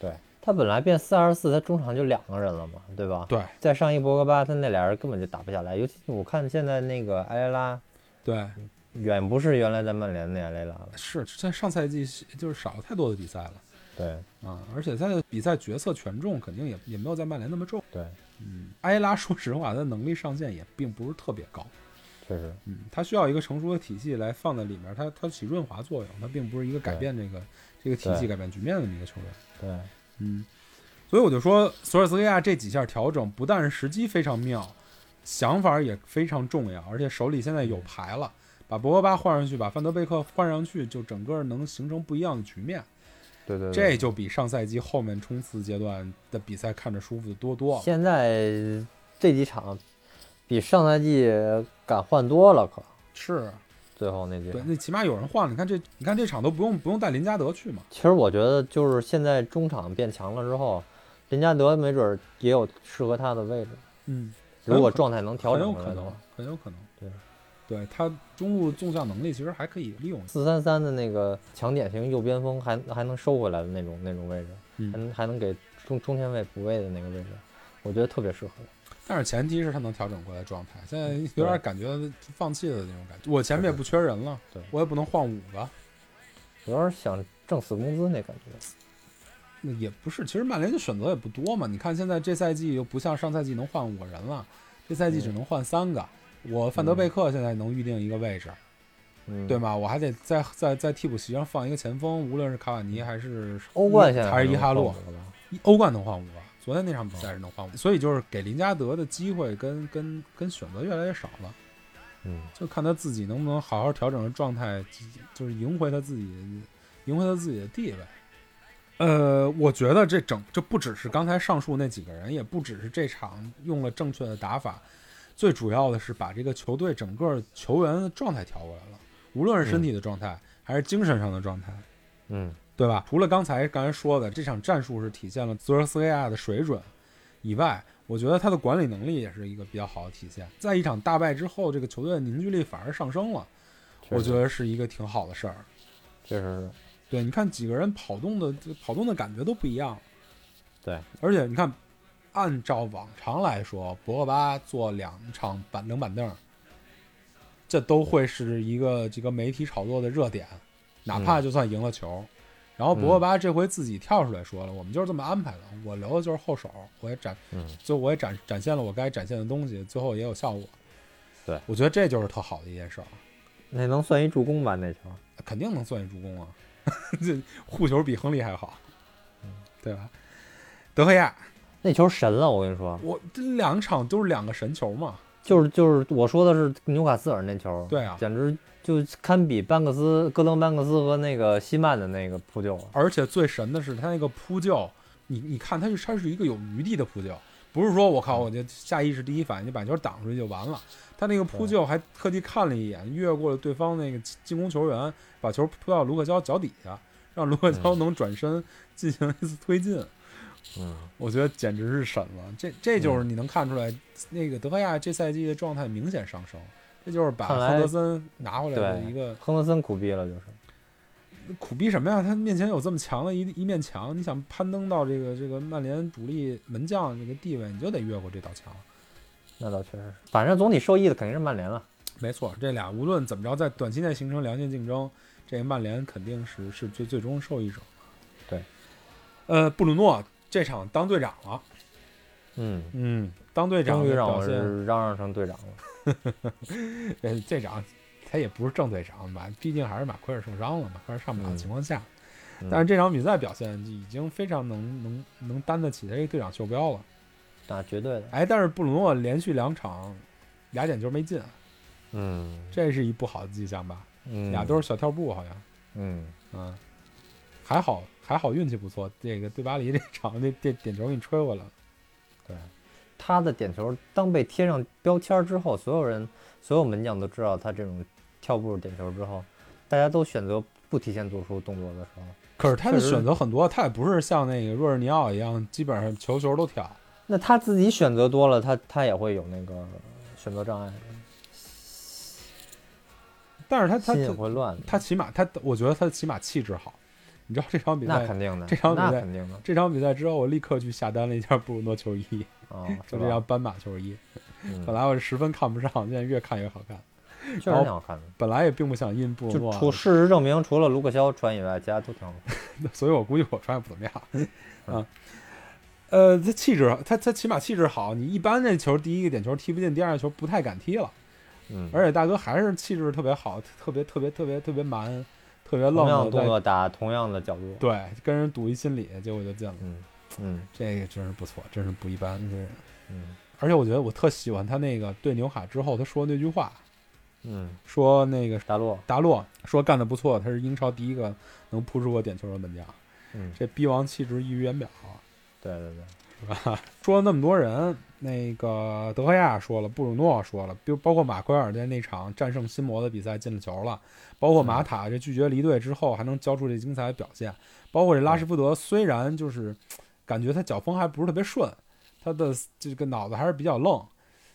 Speaker 5: 对他本来变四二四，他中场就两个人了嘛，对吧？
Speaker 4: 对
Speaker 5: 再上一博格巴，他那俩人根本就打不下来。尤其我看现在那个埃雷拉，
Speaker 4: 对，
Speaker 5: 远不是原来在曼联那埃雷拉了。
Speaker 4: 是在上赛季就是少了太多的比赛了
Speaker 5: 对
Speaker 4: 啊，而且他的比赛决策权重肯定也也没有在曼联那么重。
Speaker 5: 对，
Speaker 4: 嗯，埃拉 说实话，他的能力上限也并不是特别高。
Speaker 5: 确实，
Speaker 4: 嗯，他需要一个成熟的体系来放在里面，他他起润滑作用，他并不是一个改变这个这个体系、
Speaker 5: 对
Speaker 4: 改变局面的这么一个球员。
Speaker 5: 对
Speaker 4: 嗯，所以我就说，索尔斯克亚这几下调整，不但是时机非常妙，想法也非常重要，而且手里现在有牌了，把博格巴换上去，把范德贝克换上去，就整个能形成不一样的局面，
Speaker 5: 对对
Speaker 4: 这就比上赛季后面冲刺阶段的比赛看着舒服的多多了。
Speaker 5: 现在这几场比上赛季敢换多了，可
Speaker 4: 是，
Speaker 5: 最后那几
Speaker 4: 对，
Speaker 5: 场。
Speaker 4: 那起码有人换了。你看这，你看这场都不用不用带林加德去嘛。
Speaker 5: 其实我觉得就是现在中场变强了之后，林加德没准儿也有适合他的位置，
Speaker 4: 嗯，
Speaker 5: 如果状态能调
Speaker 4: 很
Speaker 5: 整
Speaker 4: 有
Speaker 5: 过来
Speaker 4: 可
Speaker 5: 的
Speaker 4: 能
Speaker 5: 话。，
Speaker 4: 很有可能。
Speaker 5: 对，
Speaker 4: 对他中路纵向能力其实还可以利用一下。
Speaker 5: 四三三的那个强点型右边锋还还能收回来的那种那种位置，
Speaker 4: 嗯
Speaker 5: 还能还能给中中前卫补位的那个位置，我觉得特别适合。
Speaker 4: 但是前提是他能调整过来状态。现在有
Speaker 5: 对
Speaker 4: 点感觉放弃了那种感觉。我前面也不缺人了
Speaker 5: 对，
Speaker 4: 我也不能换五个，
Speaker 5: 有点想挣死工资那感觉。
Speaker 4: 那也不是。其实曼联的选择也不多嘛。你看现在这赛季又不像上赛季能换五个人了，这赛
Speaker 5: 嗯
Speaker 4: 季只能换三个。我范德贝克现在能预定一个位置，
Speaker 5: 嗯，
Speaker 4: 对吗？我还得在在在替补席上放一个前锋，无论是卡瓦尼还是
Speaker 5: 欧冠现在
Speaker 4: 还是伊哈洛
Speaker 5: 可能放不了吧嗯
Speaker 4: 一欧冠能换五个，昨天那场比赛是能换，所以就是给林加德的机会跟跟跟选择越来越少了，
Speaker 5: 嗯，
Speaker 4: 就看他自己能不能好好调整的状态，就是赢回他自己，赢回他自己的地位。呃，我觉得这整这不只是刚才上述那几个人，也不只是这场用了正确的打法，最主要的是把这个球队整个球员的状态调过来了，无论是身体的状态、还是精神上的状态。
Speaker 5: 嗯
Speaker 4: 对吧？除了刚才刚才说的这场战术是体现了泽尔斯克亚的水准以外，我觉得他的管理能力也是一个比较好的体现。在一场大败之后，这个球队的凝聚力反而上升了，
Speaker 5: 确
Speaker 4: 我觉
Speaker 5: 实
Speaker 4: 得是一个挺好的事儿。
Speaker 5: 确实是，
Speaker 4: 对，你看几个人跑动的跑动的感觉都不一样了。
Speaker 5: 对，
Speaker 4: 而且你看，按照往常来说，博格巴坐两场板冷板凳，这都会是一个这个媒体炒作的热点，哪
Speaker 5: 嗯
Speaker 4: 怕就算赢了球。然后博格巴这回自己跳出来说了，我们就是这么安排的，我留的就是后手，我也展，
Speaker 5: 嗯
Speaker 4: 就我也展展现了我该展现的东西，最后也有效果。
Speaker 5: 对，
Speaker 4: 我觉得这就是特好的一件事儿。
Speaker 5: 那能算一助攻吧？那球，
Speaker 4: 肯定能算一助攻啊，这护球比亨利还好，对吧？德赫亚，
Speaker 5: 那球神了，我跟你说，
Speaker 4: 我这两场都是两个神球嘛，
Speaker 5: 就是就是我说的是纽卡斯尔那球，
Speaker 4: 对啊
Speaker 5: 简直就堪比班克斯、戈登、班克斯和那个西曼的那个扑救了。
Speaker 4: 而且最神的是他那个扑救，你你看他是他是一个有余地的扑救，不是说我靠我就下意识第一反应就把球挡出去就完了，他那个扑救还特地看了一眼，越过了对方那个进攻球员，把球扑到卢克肖脚底下，让卢克肖能转身进行一次推进。
Speaker 5: 嗯，
Speaker 4: 我觉得简直是神了，这这就是你能看出来，那个德赫亚这赛季的状态明显上升，这就是把
Speaker 5: 看来
Speaker 4: 亨德森拿回来的
Speaker 5: 对
Speaker 4: 一个
Speaker 5: 亨德森苦逼了，就是
Speaker 4: 苦逼什么呀？他面前有这么强的一一面墙，你想攀登到这个这个曼联主力门将这个地位，你就得越过这道墙。
Speaker 5: 那倒确实是，反正总体受益的肯定是曼联了。
Speaker 4: 没错，这俩无论怎么着，在短期内形成良性竞争，这个曼联肯定是是最最终受益者。
Speaker 5: 对，
Speaker 4: 呃，布鲁诺这场当队长了，
Speaker 5: 嗯，
Speaker 4: 嗯，当队长
Speaker 5: 终于
Speaker 4: 的
Speaker 5: 让我
Speaker 4: 表现，嗯
Speaker 5: 是嚷嚷成队长了。
Speaker 4: 呃，队长他也不是正队长吧，毕竟还是马奎尔受伤了，马奎尔上不了的
Speaker 5: 嗯
Speaker 4: 情况下，
Speaker 5: 嗯
Speaker 4: 但是这场比赛表现已经非常能能能担得起他这个队长袖标了。
Speaker 5: 那绝对的。
Speaker 4: 哎，但是布鲁诺连续两场俩点球没进，啊
Speaker 5: 嗯
Speaker 4: 这是一不好的迹象吧？
Speaker 5: 嗯，
Speaker 4: 俩都是小跳步，好像，
Speaker 5: 嗯，
Speaker 4: 嗯，还好还好运气不错，这个对巴黎这场这这点球给你吹过来了，
Speaker 5: 他的点球当被贴上标签儿之后，所有人所有门将都知道他这种跳步点球之后，大家都选择不提前做出动作的时候，
Speaker 4: 可是他的
Speaker 5: 确实
Speaker 4: 选择很多，他也不是像那个若日尼奥一样，基本上球球都挑。
Speaker 5: 那他自己选择多了，他他也会有那个选择障碍，
Speaker 4: 但是他他
Speaker 5: 心也
Speaker 4: 他
Speaker 5: 会乱的。
Speaker 4: 他起码他，我觉得他起码气质好。你知道这场比
Speaker 5: 那
Speaker 4: 赛，
Speaker 5: 肯定的，
Speaker 4: 这场比
Speaker 5: 那
Speaker 4: 赛
Speaker 5: 肯定的
Speaker 4: 这场比赛之后，我立刻去下单了一件布鲁诺球衣，
Speaker 5: 啊，是
Speaker 4: 就这样
Speaker 5: 吧？
Speaker 4: 斑马球衣。
Speaker 5: 嗯
Speaker 4: 本来我是十分看不上，现在越看越好看。
Speaker 5: 确实挺好看的。
Speaker 4: 本来也并不想印布鲁
Speaker 5: 就
Speaker 4: 诺啊，
Speaker 5: 除事实证明，除了卢克肖穿以外，其他都挺好看。
Speaker 4: 所以我估计我穿也不怎么 样
Speaker 5: 嗯
Speaker 4: 啊。呃，他气质，他他起码气质好。你一般这球第一个点球踢不进，第二个球不太敢踢了。
Speaker 5: 嗯，
Speaker 4: 而且大哥还是气质特别好，特别特别特别特别蛮，特别
Speaker 5: 同
Speaker 4: 愣的在
Speaker 5: 样的动作打同样的角度。
Speaker 4: 对跟人赌一心理，结果就进了。
Speaker 5: 嗯嗯
Speaker 4: 这个真是不错，真是不一般。这人，
Speaker 5: 嗯
Speaker 4: 而且我觉得我特喜欢他那个对纽卡之后他说那句话，
Speaker 5: 嗯，
Speaker 4: 说那个
Speaker 5: 达洛，
Speaker 4: 达洛说干得不错，他是英超第一个能扑出过点球的门将，
Speaker 5: 嗯，
Speaker 4: 这逼王气质溢于言表，
Speaker 5: 对对对，
Speaker 4: 是吧？说了那么多人，那个德赫亚说了，布鲁诺说了，就包括马奎尔在那场战胜心魔的比赛进了球了，包括马塔这拒绝离队之后还能交出这精彩的表现，包括这拉什福德虽然就是感觉他脚风还不是特别顺，他的这个脑子还是比较愣，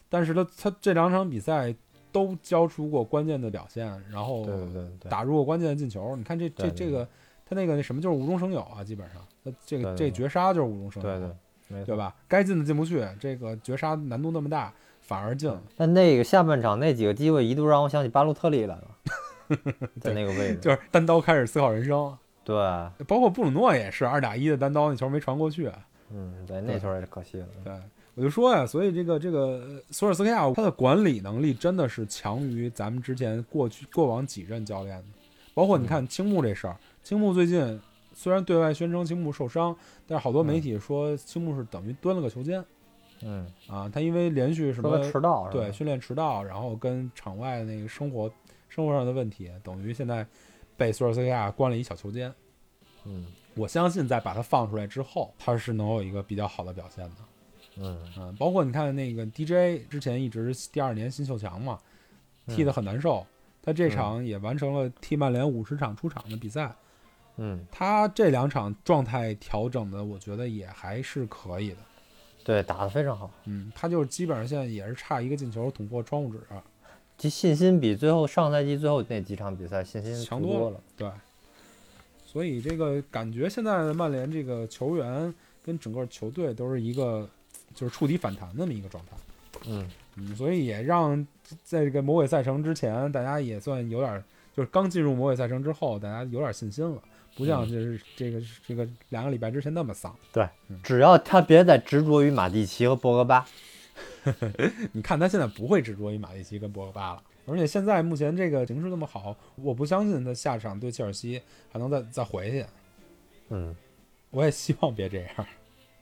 Speaker 4: 但是他他这两场比赛都交出过关键的表现，然后
Speaker 5: 对对对对，
Speaker 4: 打入过关键的进球。你看这这
Speaker 5: 对对
Speaker 4: 这个他那个那什么就是无中生有啊，基本上他这个
Speaker 5: 对
Speaker 4: 这
Speaker 5: 对对
Speaker 4: 绝杀就是无中生有，
Speaker 5: 对对，嗯没
Speaker 4: 对
Speaker 5: 错。
Speaker 4: 吧？该进的进不去，这个绝杀难度那么大，反而进了。
Speaker 5: 但那个下半场那几个机会一度让我想起巴洛特利 来了，在那个位置，
Speaker 4: 就是单刀开始思考人生，
Speaker 5: 对，
Speaker 4: 包括布鲁诺也是二打一的单刀，那球没传过去。
Speaker 5: 嗯，对，那
Speaker 4: 对
Speaker 5: 球也是可惜了。
Speaker 4: 对，我就说呀，所以这个这个索尔斯克亚他的管理能力真的是强于咱
Speaker 5: 嗯
Speaker 4: 们之前过去过往几任教练的，包括你看青木这事儿，青木最近虽然对外宣称青木受伤，但是好多媒体说青木是等于蹲了个球监
Speaker 5: 嗯，
Speaker 4: 啊，他因为连续什
Speaker 5: 说
Speaker 4: 么
Speaker 5: 他迟到是吧？
Speaker 4: 对，训练迟到，然后跟场外那个生活生活上的问题，等于现在被索尔斯克亚关了一小球间。
Speaker 5: 嗯
Speaker 4: 我相信在把他放出来之后，他是能有一个比较好的表现的。
Speaker 5: 嗯，
Speaker 4: 嗯，包括你看那个 DJ 之前一直第二年新秀强嘛，踢得很难受。他这场也完成了替曼联五十场出场的比赛，
Speaker 5: 嗯，
Speaker 4: 他这两场状态调整的，我觉得也还是可以的。
Speaker 5: 对，打得非常好，
Speaker 4: 嗯，他就是基本上现在也是差一个进球捅破窗户纸。啊
Speaker 5: 其信心比最后上赛季最后那几场比赛信心
Speaker 4: 强
Speaker 5: 足
Speaker 4: 多
Speaker 5: 多
Speaker 4: 了。对，所以这个感觉现在的曼联这个球员跟整个球队都是一个就是触底反弹那么一个状态，
Speaker 5: 嗯
Speaker 4: 嗯，所以也让在这个魔鬼赛程之前，大家也算有点儿就是刚进入魔鬼赛程之后，大家有点信心了，不像就是这个这个两个礼拜之前那么丧。
Speaker 5: 只要他别再执着于马蒂奇和博格巴，
Speaker 4: 你看他现在不会执着于马蒂奇跟博格巴了。而且现在目前这个形势那么好，我不相信他下场对切尔西还能再再回去。
Speaker 5: 嗯
Speaker 4: 我也希望别这样。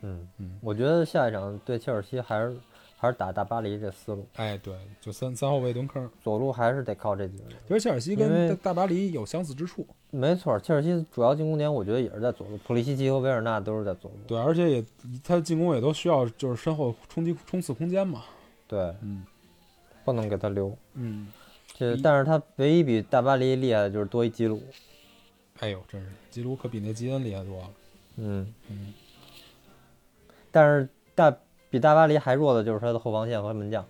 Speaker 5: 嗯
Speaker 4: 嗯
Speaker 5: 我觉得下一场对切尔西还是还是打大巴黎这思路，
Speaker 4: 哎，对，就三三后卫蹲坑。
Speaker 5: 左路还是得靠这几个人。
Speaker 4: 其实切尔西
Speaker 5: 因
Speaker 4: 跟
Speaker 5: 为
Speaker 4: 大大巴黎有相似之处，
Speaker 5: 没错，切尔西主要进攻点我觉得也是在左路，普利西奇和维尔纳都是在左路。
Speaker 4: 对，而且也他进攻也都需要就是身后冲击冲刺空间嘛。
Speaker 5: 对，
Speaker 4: 嗯
Speaker 5: 不能给他留。
Speaker 4: 嗯，
Speaker 5: 这
Speaker 4: 一
Speaker 5: 但是他唯一比大巴黎厉害的就是多一基鲁。
Speaker 4: 哎呦，真是吉鲁可比那基恩厉害多 了。
Speaker 5: 嗯
Speaker 4: 嗯，
Speaker 5: 但是大比大巴黎还弱的就是他的后防线和门将。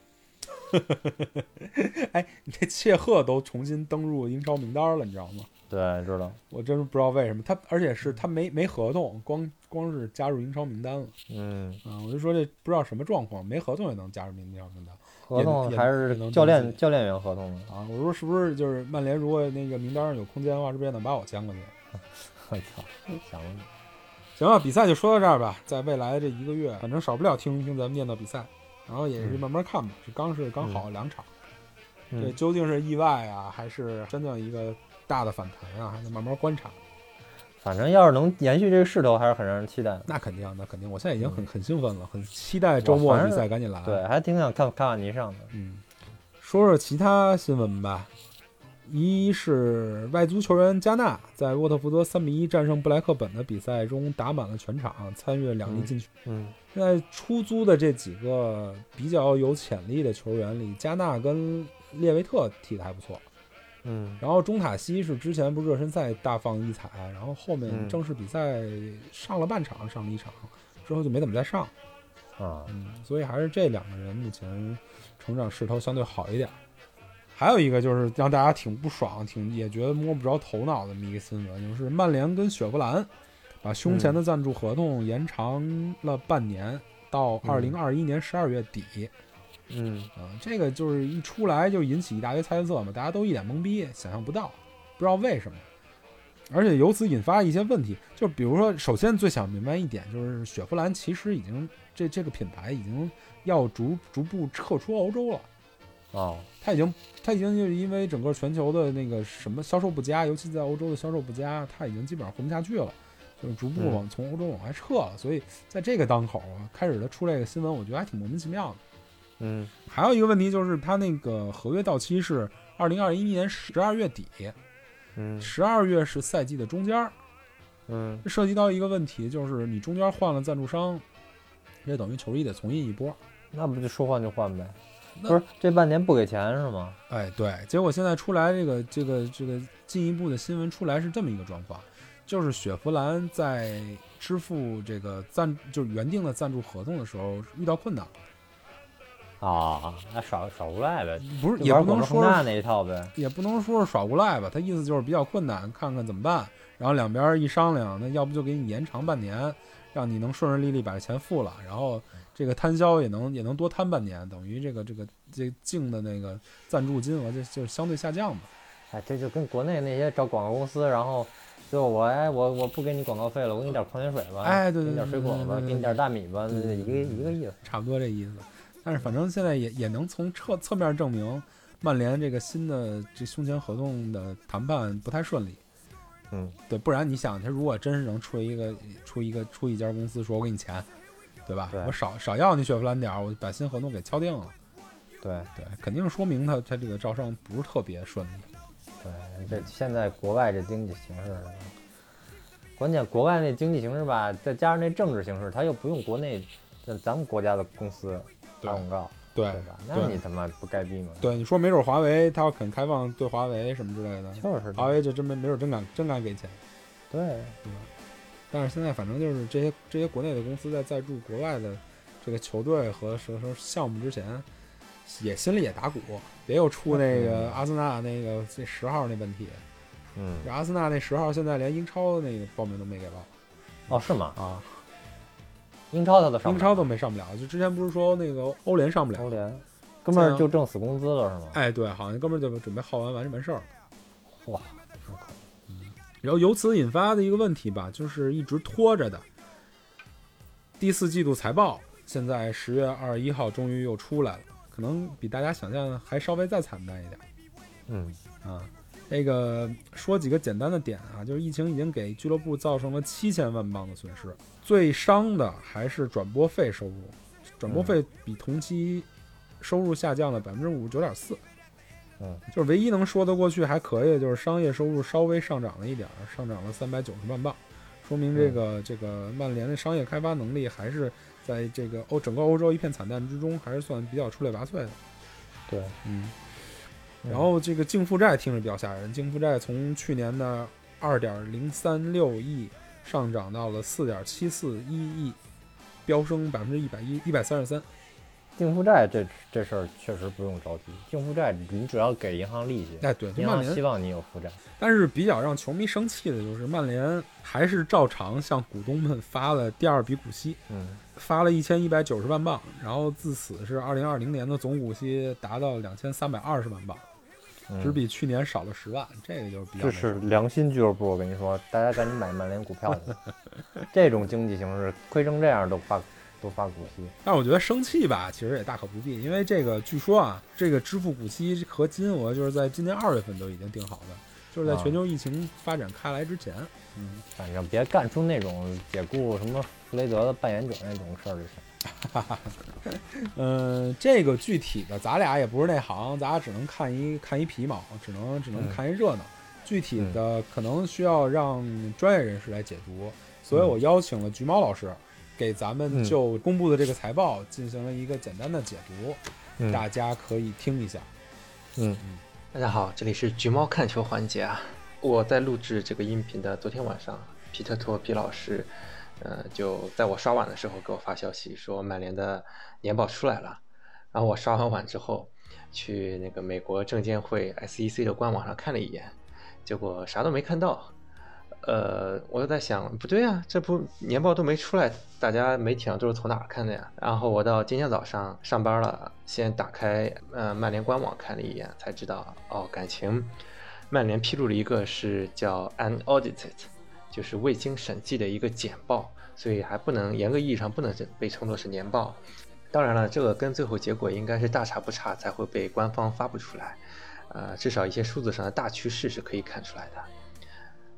Speaker 4: 你这切赫都重新登入英超名单了，你知道吗？
Speaker 5: 对，知道。
Speaker 4: 我真是不知道为什么他，而且是他没没合同，光光是加入英超名单了
Speaker 5: 嗯，
Speaker 4: 啊、我就说这不知道什么状况，没合同也能加入英超名单
Speaker 5: 合同
Speaker 4: 也
Speaker 5: 还
Speaker 4: 也
Speaker 5: 是
Speaker 4: 能
Speaker 5: 教
Speaker 4: 登
Speaker 5: 练
Speaker 4: 记
Speaker 5: 教练员合同呢。
Speaker 4: 啊！我说是不是就是曼联如果那个名单上有空间的话，是不是也能把我签过去？
Speaker 5: 我操，想了。
Speaker 4: 行吧，比赛就说到这儿吧。在未来的这一个月，反正少不了听一听咱们念叨比赛，然后也是
Speaker 5: 嗯
Speaker 4: 慢慢看吧。这刚是刚好两场，这
Speaker 5: 嗯，
Speaker 4: 究竟是意外啊，还是真正一个大的反弹啊？还得慢慢观察。
Speaker 5: 反正要是能延续这个势头，还是很让人期待的。
Speaker 4: 那肯定，那肯定，我现在已经
Speaker 5: 嗯
Speaker 4: 很很兴奋了，很期待周末的比赛赶紧来。
Speaker 5: 对，，还挺想看卡瓦尼上的。
Speaker 4: 嗯，说说其他新闻吧。一是外足球员加纳在沃特福德三比一战胜布莱克本的比赛中打满了全场，参与了两粒
Speaker 5: 嗯
Speaker 4: 进球。
Speaker 5: 嗯
Speaker 4: 现在出租的这几个比较有潜力的球员里，加纳跟列维特踢得还不错。
Speaker 5: 嗯
Speaker 4: 然后中塔西是之前不是热身赛大放异彩，然后后面
Speaker 5: 嗯
Speaker 4: 正式比赛上了半场，上了一场之后就没怎么再上。
Speaker 5: 啊，
Speaker 4: 嗯，所以还是这两个人目前成长势头相对好一点。还有一个就是让大家挺不爽，挺也觉得摸不着头脑的这么一个新闻，就是曼联跟雪佛兰把胸前的赞助合同延长了半年，到二零二一年十二月底。
Speaker 5: 嗯
Speaker 4: 啊、这个就是一出来就引起一大堆猜测嘛，大家都一脸懵逼，想象不到，不知道为什么。而且由此引发一些问题，就比如说，首先最想明白一点就是，雪佛兰其实已经这这个品牌已经要逐逐步撤出欧洲了，
Speaker 5: 哦，
Speaker 4: 它已经它已经就是因为整个全球的那个什么销售不佳，尤其在欧洲的销售不佳，它已经基本上混不下去了，就是逐步
Speaker 5: 嗯
Speaker 4: 往从欧洲往外撤了。所以在这个当口啊，开始它出这个新闻，我觉得还挺莫名其妙的。
Speaker 5: 嗯
Speaker 4: 还有一个问题就是，他那个合约到期是二零二一年十二月底，
Speaker 5: 嗯
Speaker 4: 十二月是赛季的中间儿，
Speaker 5: 嗯
Speaker 4: 这涉及到一个问题，就是你中间换了赞助商，这等于球衣得重印一波。
Speaker 5: 那不就说换就换呗？
Speaker 4: 那
Speaker 5: 不是这半年不给钱是吗？
Speaker 4: 哎，对，结果现在出来这个这个这个进一步的新闻出来是这么一个状况，就是雪佛兰在支付这个赞就是原定的赞助合同的时候遇到困难，
Speaker 5: 啊，那耍耍无赖呗，
Speaker 4: 不是
Speaker 5: 就
Speaker 4: 也
Speaker 5: 玩
Speaker 4: 不
Speaker 5: 广
Speaker 4: 能
Speaker 5: 州
Speaker 4: 说
Speaker 5: 恒大那一套呗。
Speaker 4: 也不能说是耍无赖吧，他意思就是比较困难，看看怎么办。然后两边一商量，那要不就给你延长半年，让你能顺顺利利把这钱付了，然后这个摊销也能也能多摊半年，等于这个这个这净的那个赞助金额就就相对下降嘛。
Speaker 5: 哎，这就跟国内那些找广告公司，然后最后我哎我我不给你广告费了，我给你点矿泉水吧，
Speaker 4: 哎对对
Speaker 5: 给你点水
Speaker 4: 对对
Speaker 5: 果
Speaker 4: 对
Speaker 5: 吧，
Speaker 4: 对
Speaker 5: 给你点大米吧，
Speaker 4: 对对
Speaker 5: 一个
Speaker 4: 对
Speaker 5: 一个意思。
Speaker 4: 差不多这意思。但是反正现在也也能从侧侧面证明，曼联这个新的这胸前合同的谈判不太顺利。
Speaker 5: 嗯，
Speaker 4: 对，不然你想，他如果真是能出一个出一个出一家公司说，我给你钱，对吧？
Speaker 5: 对
Speaker 4: 我少少要你雪佛兰点儿，我就把新合同给敲定了，
Speaker 5: 对
Speaker 4: 对，肯定说明他他这个招商不是特别顺利。
Speaker 5: 对，这现在国外这经济形势，关键国外那经济形势吧，再加上那政治形势，他又不用国内咱咱们国家的公司打广告，
Speaker 4: 对
Speaker 5: 哦对吧？那
Speaker 4: 对
Speaker 5: 你他妈不该逼吗？，
Speaker 4: 对，你说没准华为他要肯开放对华为什么之类的，
Speaker 5: 就是
Speaker 4: 华为这真没没准真敢真敢给钱。
Speaker 5: 对，
Speaker 4: 但是现在反正就是这些这些国内的公司在赞助国外的这个球队和什么什么项目之前，也心里也打鼓，别又出那个阿森纳那个这十号那问题。
Speaker 5: 嗯，
Speaker 4: 这阿森纳那十号现在连英超那个报名都没给报
Speaker 5: 哦，是吗？
Speaker 4: 啊，
Speaker 5: 英超他都上
Speaker 4: 英
Speaker 5: 不
Speaker 4: 超
Speaker 5: 了
Speaker 4: 都没上不了。就之前不是说那个欧联上不了？
Speaker 5: 欧联，哥们
Speaker 4: 这
Speaker 5: 儿
Speaker 4: 样
Speaker 5: 就挣死工资了是吗？
Speaker 4: 哎，对，好像哥们儿就准备耗完完就完事儿了。
Speaker 5: 哇，
Speaker 4: 然后由此引发的一个问题吧，就是一直拖着的第四季度财报，现在十月二十一号终于又出来了，可能比大家想象的还稍微再惨淡一点
Speaker 5: 嗯，
Speaker 4: 啊。那个说几个简单的点啊，就是疫情已经给俱乐部造成了七千万镑的损失，最伤的还是转播费收入，转播费比同期收入下降了百分之五十九点四。
Speaker 5: 嗯，
Speaker 4: 就是唯一能说得过去还可以的，就是商业收入稍微上涨了一点儿，上涨了三百九十万镑，说明这个、这个曼联的商业开发能力还是在这个欧整个欧洲一片惨淡之中，还是算比较出类拔萃的。
Speaker 5: 对，
Speaker 4: 嗯，然后这个净负债听着比较吓人，净负债从去年的二点零三六亿上涨到了四点七四一亿，飙升百分之一百一一百三十三。
Speaker 5: 净负债这这事儿确实不用着急，净负债你只要给银行利息，
Speaker 4: 哎，对，就
Speaker 5: 银
Speaker 4: 曼
Speaker 5: 行希
Speaker 4: 联。
Speaker 5: 望你有负债，
Speaker 4: 但是比较让球迷生气的就是，曼联还是照常向股东们发了第二笔股息，
Speaker 5: 嗯
Speaker 4: 发了一千一百九十万镑，然后自此是二零二零年的总股息达到两千三百二十万镑，
Speaker 5: 嗯，
Speaker 4: 只比去年少了十万，这个就是比较
Speaker 5: 这
Speaker 4: 没
Speaker 5: 是良心俱乐部，我跟你说，大家赶紧买曼联股票 去。这种经济形势，亏成这样都发都发股息，
Speaker 4: 但我觉得生气吧，其实也大可不必，因为这个据说啊，这个支付股息和金额就是在今年二月份都已经定好的，就是在
Speaker 5: 啊
Speaker 4: 全球疫情发展开来之前。
Speaker 5: 反正别干出那种解雇什么弗雷德的扮演者那种事儿就行。
Speaker 4: 嗯，这个具体的咱俩也不是内行，咱俩只能看一看一皮毛，只能只能
Speaker 5: 嗯
Speaker 4: 看一热闹。具体的可能需要让专业人士来解读，所以我邀请了橘猫老师，给咱们
Speaker 5: 嗯
Speaker 4: 就公布的这个财报进行了一个简单的解读，
Speaker 5: 嗯
Speaker 4: 大家可以听一下。
Speaker 5: 嗯，
Speaker 6: 大家好，这里是橘猫看球环节啊。我在录制这个音频的昨天晚上，皮特托皮老师，呃，就在我刷碗的时候给我发消息说曼联的年报出来了。然后我刷完碗之后，去那个美国证监会 SEC 的官网上看了一眼，结果啥都没看到。呃，我就在想，不对啊，这不年报都没出来，大家媒体上都是从哪儿看的呀？然后我到今天早上上班了，先打开呃曼联官网看了一眼，才知道哦，感情曼联披露了一个是叫 unaudited，就是未经审计的一个简报，所以还不能严格意义上不能被称作是年报。当然了，这个跟最后结果应该是大差不差，才会被官方发布出来。呃，至少一些数字上的大趋势是可以看出来的。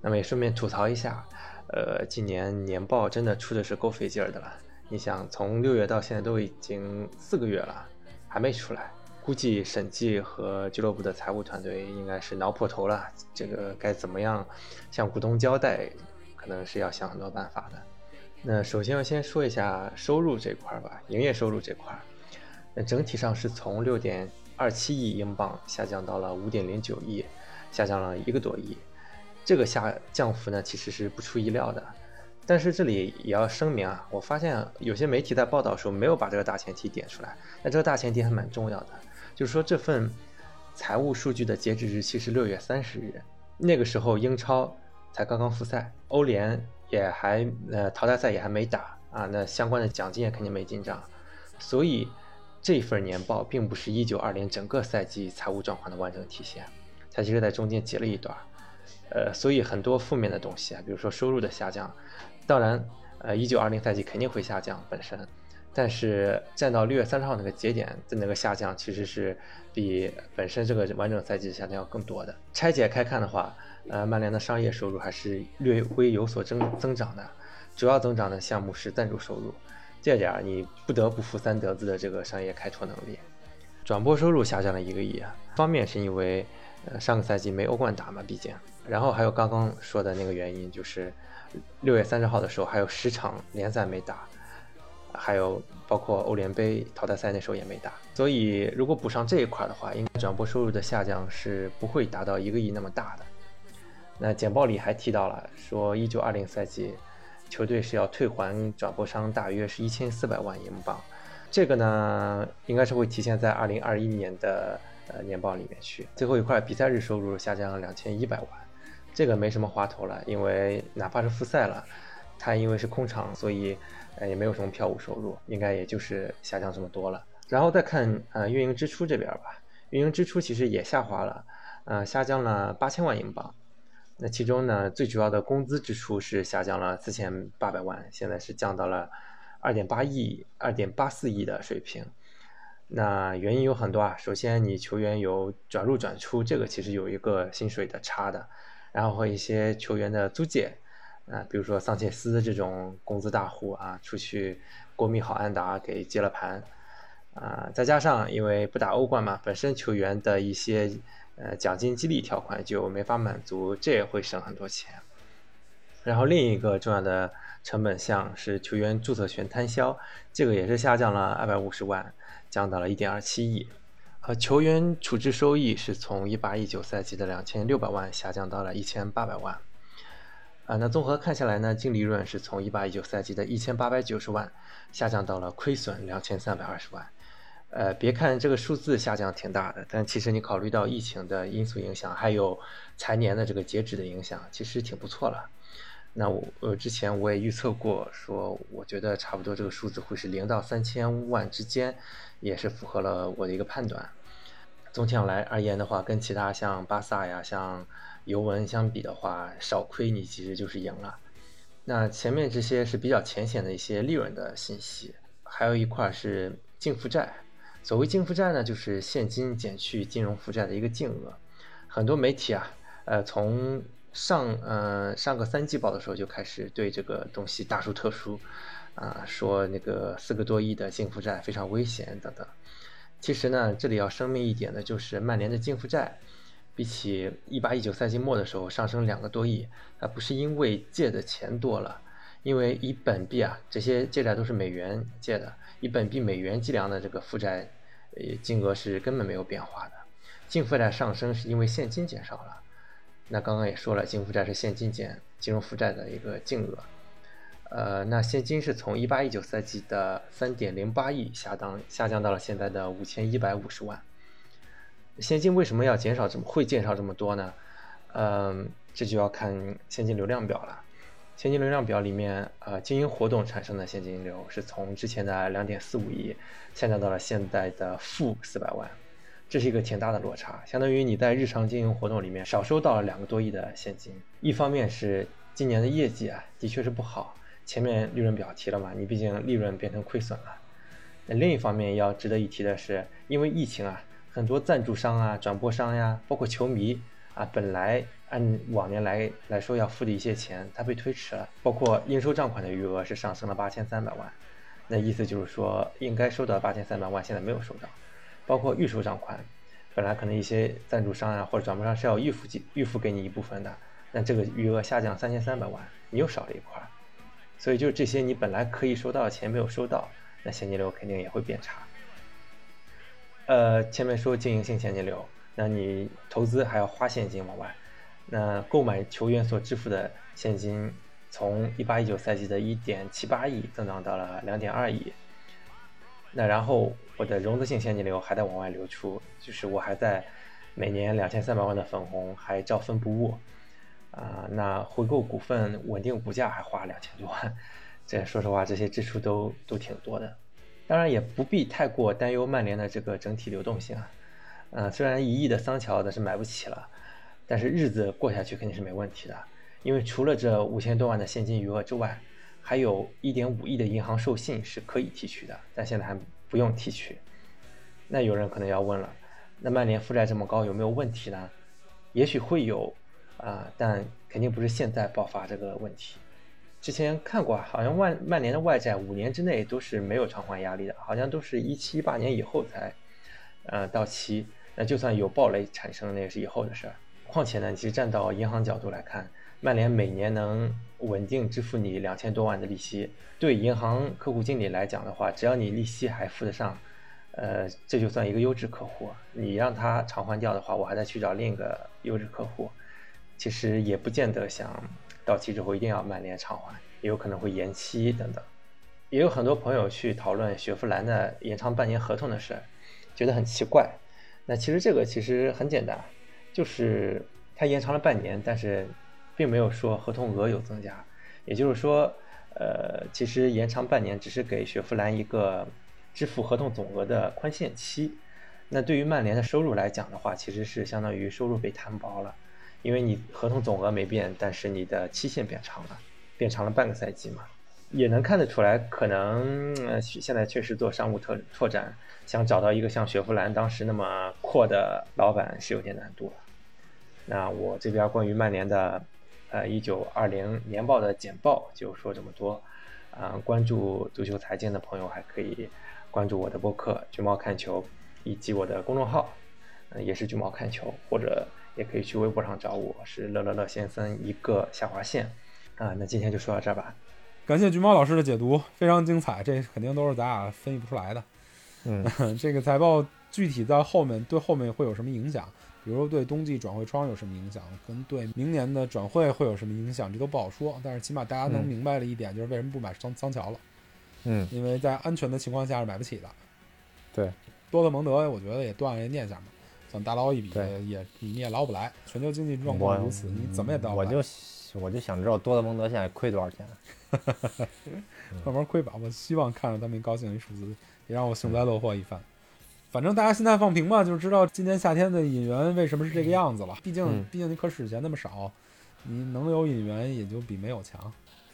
Speaker 6: 那么也顺便吐槽一下，呃，今年年报真的出的是够费劲儿的了。你想，从六月到现在都已经四个月了，还没出来，估计审计和俱乐部的财务团队应该是挠破头了。这个该怎么样向股东交代，可能是要想很多办法的。那首先要先说一下收入这块儿吧，营业收入这块儿，那整体上是从六点二七亿英镑下降到了五点零九亿，下降了一个多亿。这个下降幅呢，其实是不出意料的。但是这里也要声明啊，我发现有些媒体在报道的时候没有把这个大前提点出来，但这个大前提还蛮重要的，就是说这份财务数据的截止日期是六月三十日，那个时候英超才刚刚复赛，欧联也还呃淘汰赛也还没打啊，那相关的奖金也肯定没进账，所以这份年报并不是一九二零整个赛季财务状况的完整体现，它其实在中间截了一段儿。呃，所以很多负面的东西啊，比如说收入的下降，当然，呃，一九二零赛季肯定会下降本身，但是站到六月三十号那个节点的那个下降，其实是比本身这个完整赛季下降要更多的。拆解开看的话，呃，曼联的商业收入还是略微有所增增长的，主要增长的项目是赞助收入，这点儿你不得不服三德子的这个商业开拓能力。转播收入下降了一个亿啊，方面是因为呃上个赛季没欧冠打嘛，毕竟，然后还有刚刚说的那个原因就是六月三十号的时候还有十场联赛没打，还有包括欧联杯淘汰赛那时候也没打，所以如果补上这一块的话，应该转播收入的下降是不会达到一个亿那么大的。那简报里还提到了说，一九二零赛季球队是要退还转播商大约是一千四百万英镑，这个呢应该是会体现在二零二一年的呃年报里面去。最后一块比赛日收入下降两千一百万，这个没什么花头了，因为哪怕是复赛了，它因为是空场，所以呃也没有什么票务收入，应该也就是下降这么多了。然后再看呃运营支出这边吧，运营支出其实也下滑了，呃下降了八千万英镑。那其中呢，最主要的工资支出是下降了四千八百万，现在是降到了二点八亿、二点八四亿的水平。那原因有很多啊，首先你球员有转入转出，这个其实有一个薪水的差的，然后和一些球员的租借，啊、比如说桑切斯这种工资大户啊，出去国米好安达给接了盘，啊、再加上因为不打欧冠嘛，本身球员的一些呃奖金激励条款就没法满足，这也会省很多钱。然后另一个重要的成本项是球员注册权摊销，这个也是下降了二百五十万，降到了一点二七亿。呃，球员处置收益是从一八一九赛季的两千六百万下降到了一千八百万。啊，那综合看下来呢，净利润是从一八一九赛季的一千八百九十万下降到了亏损两千三百二十万。呃，别看这个数字下降挺大的，但其实你考虑到疫情的因素影响，还有财年的这个截止的影响，其实挺不错了。那我呃之前我也预测过，说我觉得差不多这个数字会是零到三千万之间，也是符合了我的一个判断。总体上来而言的话，跟其他像巴萨呀、像尤文相比的话，少亏你其实就是赢了。那前面这些是比较浅显的一些利润的信息，还有一块是净负债。所谓净负债呢，就是现金减去金融负债的一个净额。很多媒体啊，呃，从上呃上个三季报的时候就开始对这个东西大书特书，啊、说那个四个多亿的净负债非常危险等等。其实呢，这里要声明一点的就是曼联的净负债，比起一八一九赛季末的时候上升两个多亿，它不是因为借的钱多了，因为以本币啊，这些借债都是美元借的，以本币美元计量的这个负债，呃，金额是根本没有变化的。净负债上升是因为现金减少了。那刚刚也说了，净负债是现金减金融负债的一个净额。呃，那现金是从一八一九赛季的三点零八亿下当下降到了现在的五千一百五十万。现金为什么要减少这么会减少这么多呢？嗯、这就要看现金流量表了。现金流量表里面，呃，经营活动产生的现金流是从之前的两点四五亿下降到了现在的负四百万，这是一个挺大的落差，相当于你在日常经营活动里面少收到了两个多亿的现金。一方面是今年的业绩啊，的确是不好，前面利润表提了嘛，你毕竟利润变成亏损了。那另一方面要值得一提的是，因为疫情啊，很多赞助商啊、转播商呀、包括球迷啊，本来按往年来来说要付的一些钱，它被推迟了。包括应收账款的余额是上升了八千三百万，那意思就是说应该收到八千三百万，现在没有收到。包括预收账款，本来可能一些赞助商啊或者转播商是要预付给预付给你一部分的，那这个余额下降三千三百万，你又少了一块儿。所以就是这些你本来可以收到的钱没有收到，那现金流肯定也会变差。呃，前面说经营性现金流，那你投资还要花现金往外，那购买球员所支付的现金从一八一九赛季的一点七八亿增长到了两点二亿，那然后我的融资性现金流还在往外流出，就是我还在每年两千三百万的粉红还照分不误，啊、那回购股份、稳定股价还花两千多万，这说实话这些支出都都挺多的。当然也不必太过担忧曼联的这个整体流动性啊，呃，虽然一亿的桑乔那是买不起了，但是日子过下去肯定是没问题的，因为除了这五千多万的现金余额之外，还有一点五亿的银行授信是可以提取的，但现在还不用提取。那有人可能要问了，那曼联负债这么高有没有问题呢？也许会有，啊、但肯定不是现在爆发这个问题。之前看过啊，好像曼曼联的外债五年之内都是没有偿还压力的，好像都是一七一八年以后才，呃，到期。那就算有暴雷产生，那也是以后的事儿。况且呢，其实站到银行角度来看，曼联每年能稳定支付你两千多万的利息，对银行客户经理来讲的话，只要你利息还付得上，呃，这就算一个优质客户。你让他偿还掉的话，我还得去找另一个优质客户。其实也不见得想到期之后一定要曼联偿还，也有可能会延期等等。也有很多朋友去讨论雪佛兰的延长半年合同的事儿，觉得很奇怪。那其实这个其实很简单，就是它延长了半年，但是并没有说合同额有增加，也就是说，呃，其实延长半年只是给雪佛兰一个支付合同总额的宽限期。那对于曼联的收入来讲的话，其实是相当于收入被摊薄了，因为你合同总额没变，但是你的期限变长了，变长了半个赛季嘛。也能看得出来，可能呃现在确实做商务拓拓展，想找到一个像雪佛兰当时那么阔的老板是有点难度了。那我这边关于曼联的呃一九二零年报的简报就说这么多。啊、关注足球财经的朋友还可以关注我的播客“橘猫看球”，以及我的公众号，呃也是“橘猫看球”，或者也可以去微博上找我，是乐乐乐先生一个下划线。啊、那今天就说到这儿吧。
Speaker 4: 感谢橘猫老师的解读，非常精彩，这肯定都是咱俩分析不出来的。
Speaker 5: 嗯，
Speaker 4: 这个财报具体在后面对后面会有什么影响？比如说对冬季转会窗有什么影响，跟对明年的转会会有什么影响，这都不好说。但是起码大家能
Speaker 5: 嗯
Speaker 4: 明白了一点，就是为什么不买桑桑乔了，
Speaker 5: 嗯，
Speaker 4: 因为在安全的情况下是买不起的。
Speaker 5: 对，
Speaker 4: 多特蒙德我觉得也断了这念想嘛，想大捞一笔
Speaker 5: 对
Speaker 4: 也你也捞不来。全球经济状
Speaker 5: 我嗯
Speaker 4: 况如此，你怎么也捞不
Speaker 5: 我
Speaker 4: 来，
Speaker 5: 就我就想知道多特蒙德现在亏多少钱。
Speaker 4: 慢慢亏吧。我希望看着他们高兴一数字，也让我幸灾乐祸一番。反正大家心态放平吧，就知道今年夏天的引援为什么是这个样子了。毕竟，
Speaker 5: 嗯
Speaker 4: 毕竟你可使钱那么少，你能有引援也就比没有强。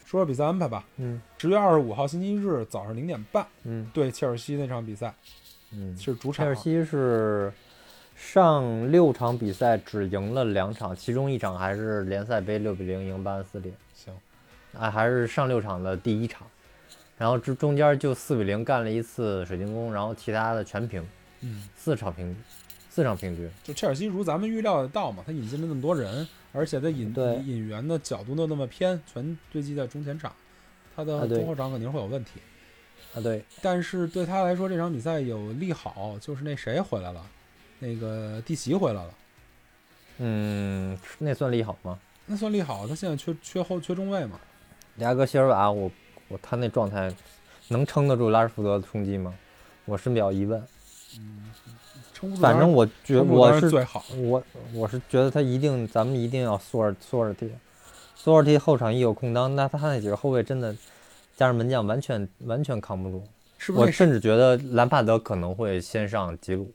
Speaker 4: 说说比赛安排吧，
Speaker 5: 嗯
Speaker 4: 十月二十五号星期日早上零点半，
Speaker 5: 嗯
Speaker 4: 对切尔西那场比赛
Speaker 5: 嗯，
Speaker 4: 是主
Speaker 5: 切
Speaker 4: 场，
Speaker 5: 尔西是上六场比赛只赢了两场，其中一场还是联赛杯六比零赢巴恩斯利，
Speaker 4: 行，
Speaker 5: 啊，还是上六场的第一场，然后这中间就四比零干了一次水晶宫，然后其他的全平，
Speaker 4: 嗯，
Speaker 5: 四场平，四场平局，
Speaker 4: 就切尔西如咱们预料得到嘛，他引进了那么多人，而且他引
Speaker 5: 对
Speaker 4: 引援的角度又那么偏，全堆积在中前场，他的
Speaker 5: 啊对
Speaker 4: 中后场肯定会有问题。
Speaker 5: 啊对，
Speaker 4: 但是对他来说，这场比赛有利好，就是那谁回来了，那个蒂奇回来了，
Speaker 5: 嗯，那算利好吗？
Speaker 4: 那算利好。他现在缺缺后缺中卫嘛，
Speaker 5: 牙哥希尔瓦，我我他那状态能撑得住拉什福德的冲击吗？我是比较疑问，
Speaker 4: 撑不住当
Speaker 5: 反
Speaker 4: 然。
Speaker 5: 正我觉
Speaker 4: 撑不住当
Speaker 5: 我
Speaker 4: 然
Speaker 5: 是
Speaker 4: 最好，
Speaker 5: 我我是觉得他一定，咱们一定要索尔索尔蒂，索尔蒂后场一有空当，那他那几个后卫真的加上门将完全完全扛不住。
Speaker 4: 是不是
Speaker 5: 我
Speaker 4: 那谁？
Speaker 5: 甚至觉得兰帕德可能会先上吉鲁，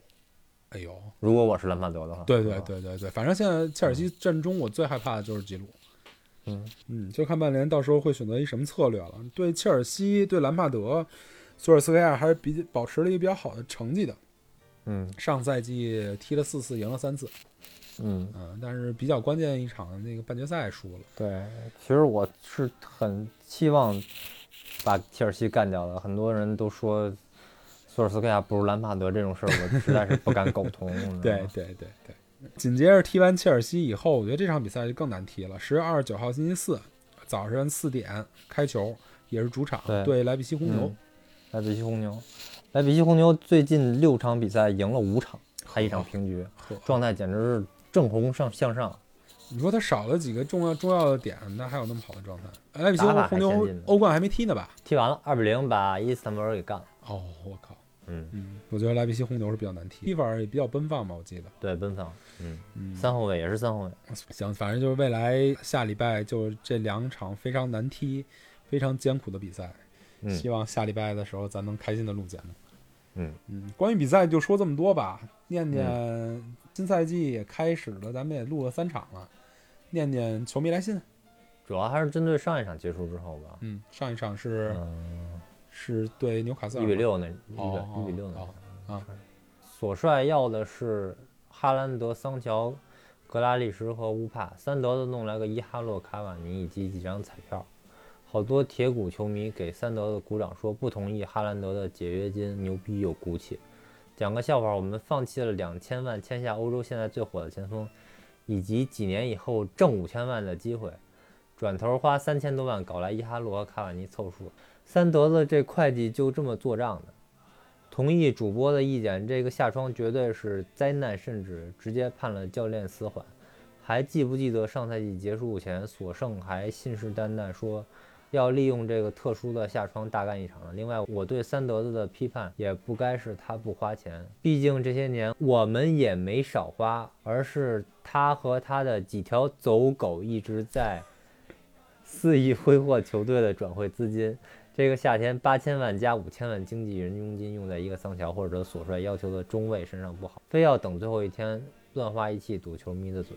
Speaker 4: 哎呦，
Speaker 5: 如果我是兰帕德的话。
Speaker 4: 对对
Speaker 5: 啊，
Speaker 4: 对对对，反正现在切尔西阵中，我最害怕的就是吉鲁。
Speaker 5: 嗯
Speaker 4: 嗯，就看曼联到时候会选择一什么策略了。对切尔西、对兰帕德、索尔斯克亚还是比保持了一个比较好的成绩的。
Speaker 5: 嗯
Speaker 4: 上赛季踢了四次，赢了三次，
Speaker 5: 嗯，
Speaker 4: 嗯，但是比较关键一场那个半决赛输了。
Speaker 5: 对，其实我是很期望把切尔西干掉的。很多人都说索尔斯克亚不如兰帕德这种事儿，我实在是不敢苟 同。嗯你知道
Speaker 4: 对
Speaker 5: 吗，
Speaker 4: 对对对。紧接着踢完切尔西以后，我觉得这场比赛就更难踢了。十月二十九号星期四早上四点开球，也是主场
Speaker 5: 对
Speaker 4: 对莱比锡红牛
Speaker 5: 嗯。莱比锡红牛，莱比锡红牛最近六场比赛赢了五场，还一场平局，
Speaker 4: 呵，
Speaker 5: 状态简直是正红上向上。
Speaker 4: 你说他少了几个重要重要的点，那还有那么好的状态？哎莱比锡
Speaker 5: 打法
Speaker 4: 红
Speaker 5: 还
Speaker 4: 牛
Speaker 5: 先进呢
Speaker 4: 欧冠还没踢呢吧？
Speaker 5: 踢完了二比零把伊斯坦布尔给干了。
Speaker 4: 哦，我靠，
Speaker 5: 嗯，
Speaker 4: 嗯，我觉得莱比锡红牛是比较难踢，踢法也比较奔放吧，我记得。
Speaker 5: 对，奔放。嗯，
Speaker 4: 嗯，
Speaker 5: 三后卫也是三后卫。
Speaker 4: 行，反正就是未来下礼拜就这两场非常难踢、非常艰苦的比赛，
Speaker 5: 嗯
Speaker 4: 希，望下礼拜的时候咱能开心的录节目。
Speaker 5: 嗯
Speaker 4: 关于比赛就说这么多吧。念念、
Speaker 5: 嗯
Speaker 4: 新赛季也开始了，咱们也录了三场了。念念球迷来信，
Speaker 5: 主要还是针对上一场结束之后吧。
Speaker 4: 嗯，上一场是、
Speaker 5: 嗯，
Speaker 4: 是对纽卡斯尔
Speaker 5: 一
Speaker 4: 吗
Speaker 5: 比，六那一
Speaker 4: 哦
Speaker 5: 比一比六那
Speaker 4: 哦
Speaker 5: 场。
Speaker 4: 啊
Speaker 5: 索帅要的是哈兰德、桑乔、格拉利什和乌帕，三德子弄来个伊哈洛、卡瓦尼以及几张彩票。好多铁骨球迷给三德子鼓掌说不同意哈兰德的解约金，牛逼有骨气。讲个笑话，我们放弃了两千万签下欧洲现在最火的前锋，以及几年以后挣五千万的机会，转头花三千多万搞来伊哈洛和卡瓦尼凑数。三德子这会计就这么做账的。同意主播的意见，这个夏窗绝对是灾难，甚至直接判了教练死缓。还记不记得上赛季结束前，索胜还信誓旦旦说要利用这个特殊的夏窗大干一场呢？另外，我对三德子的批判也不该是他不花钱，毕竟这些年我们也没少花，而是他和他的几条走狗一直在肆意挥霍球队的转会资金。这个夏天八千万加五千万经纪人佣金用在一个桑乔或者索帅要求的中卫身上不好，非要等最后一天乱花一气堵球迷的嘴。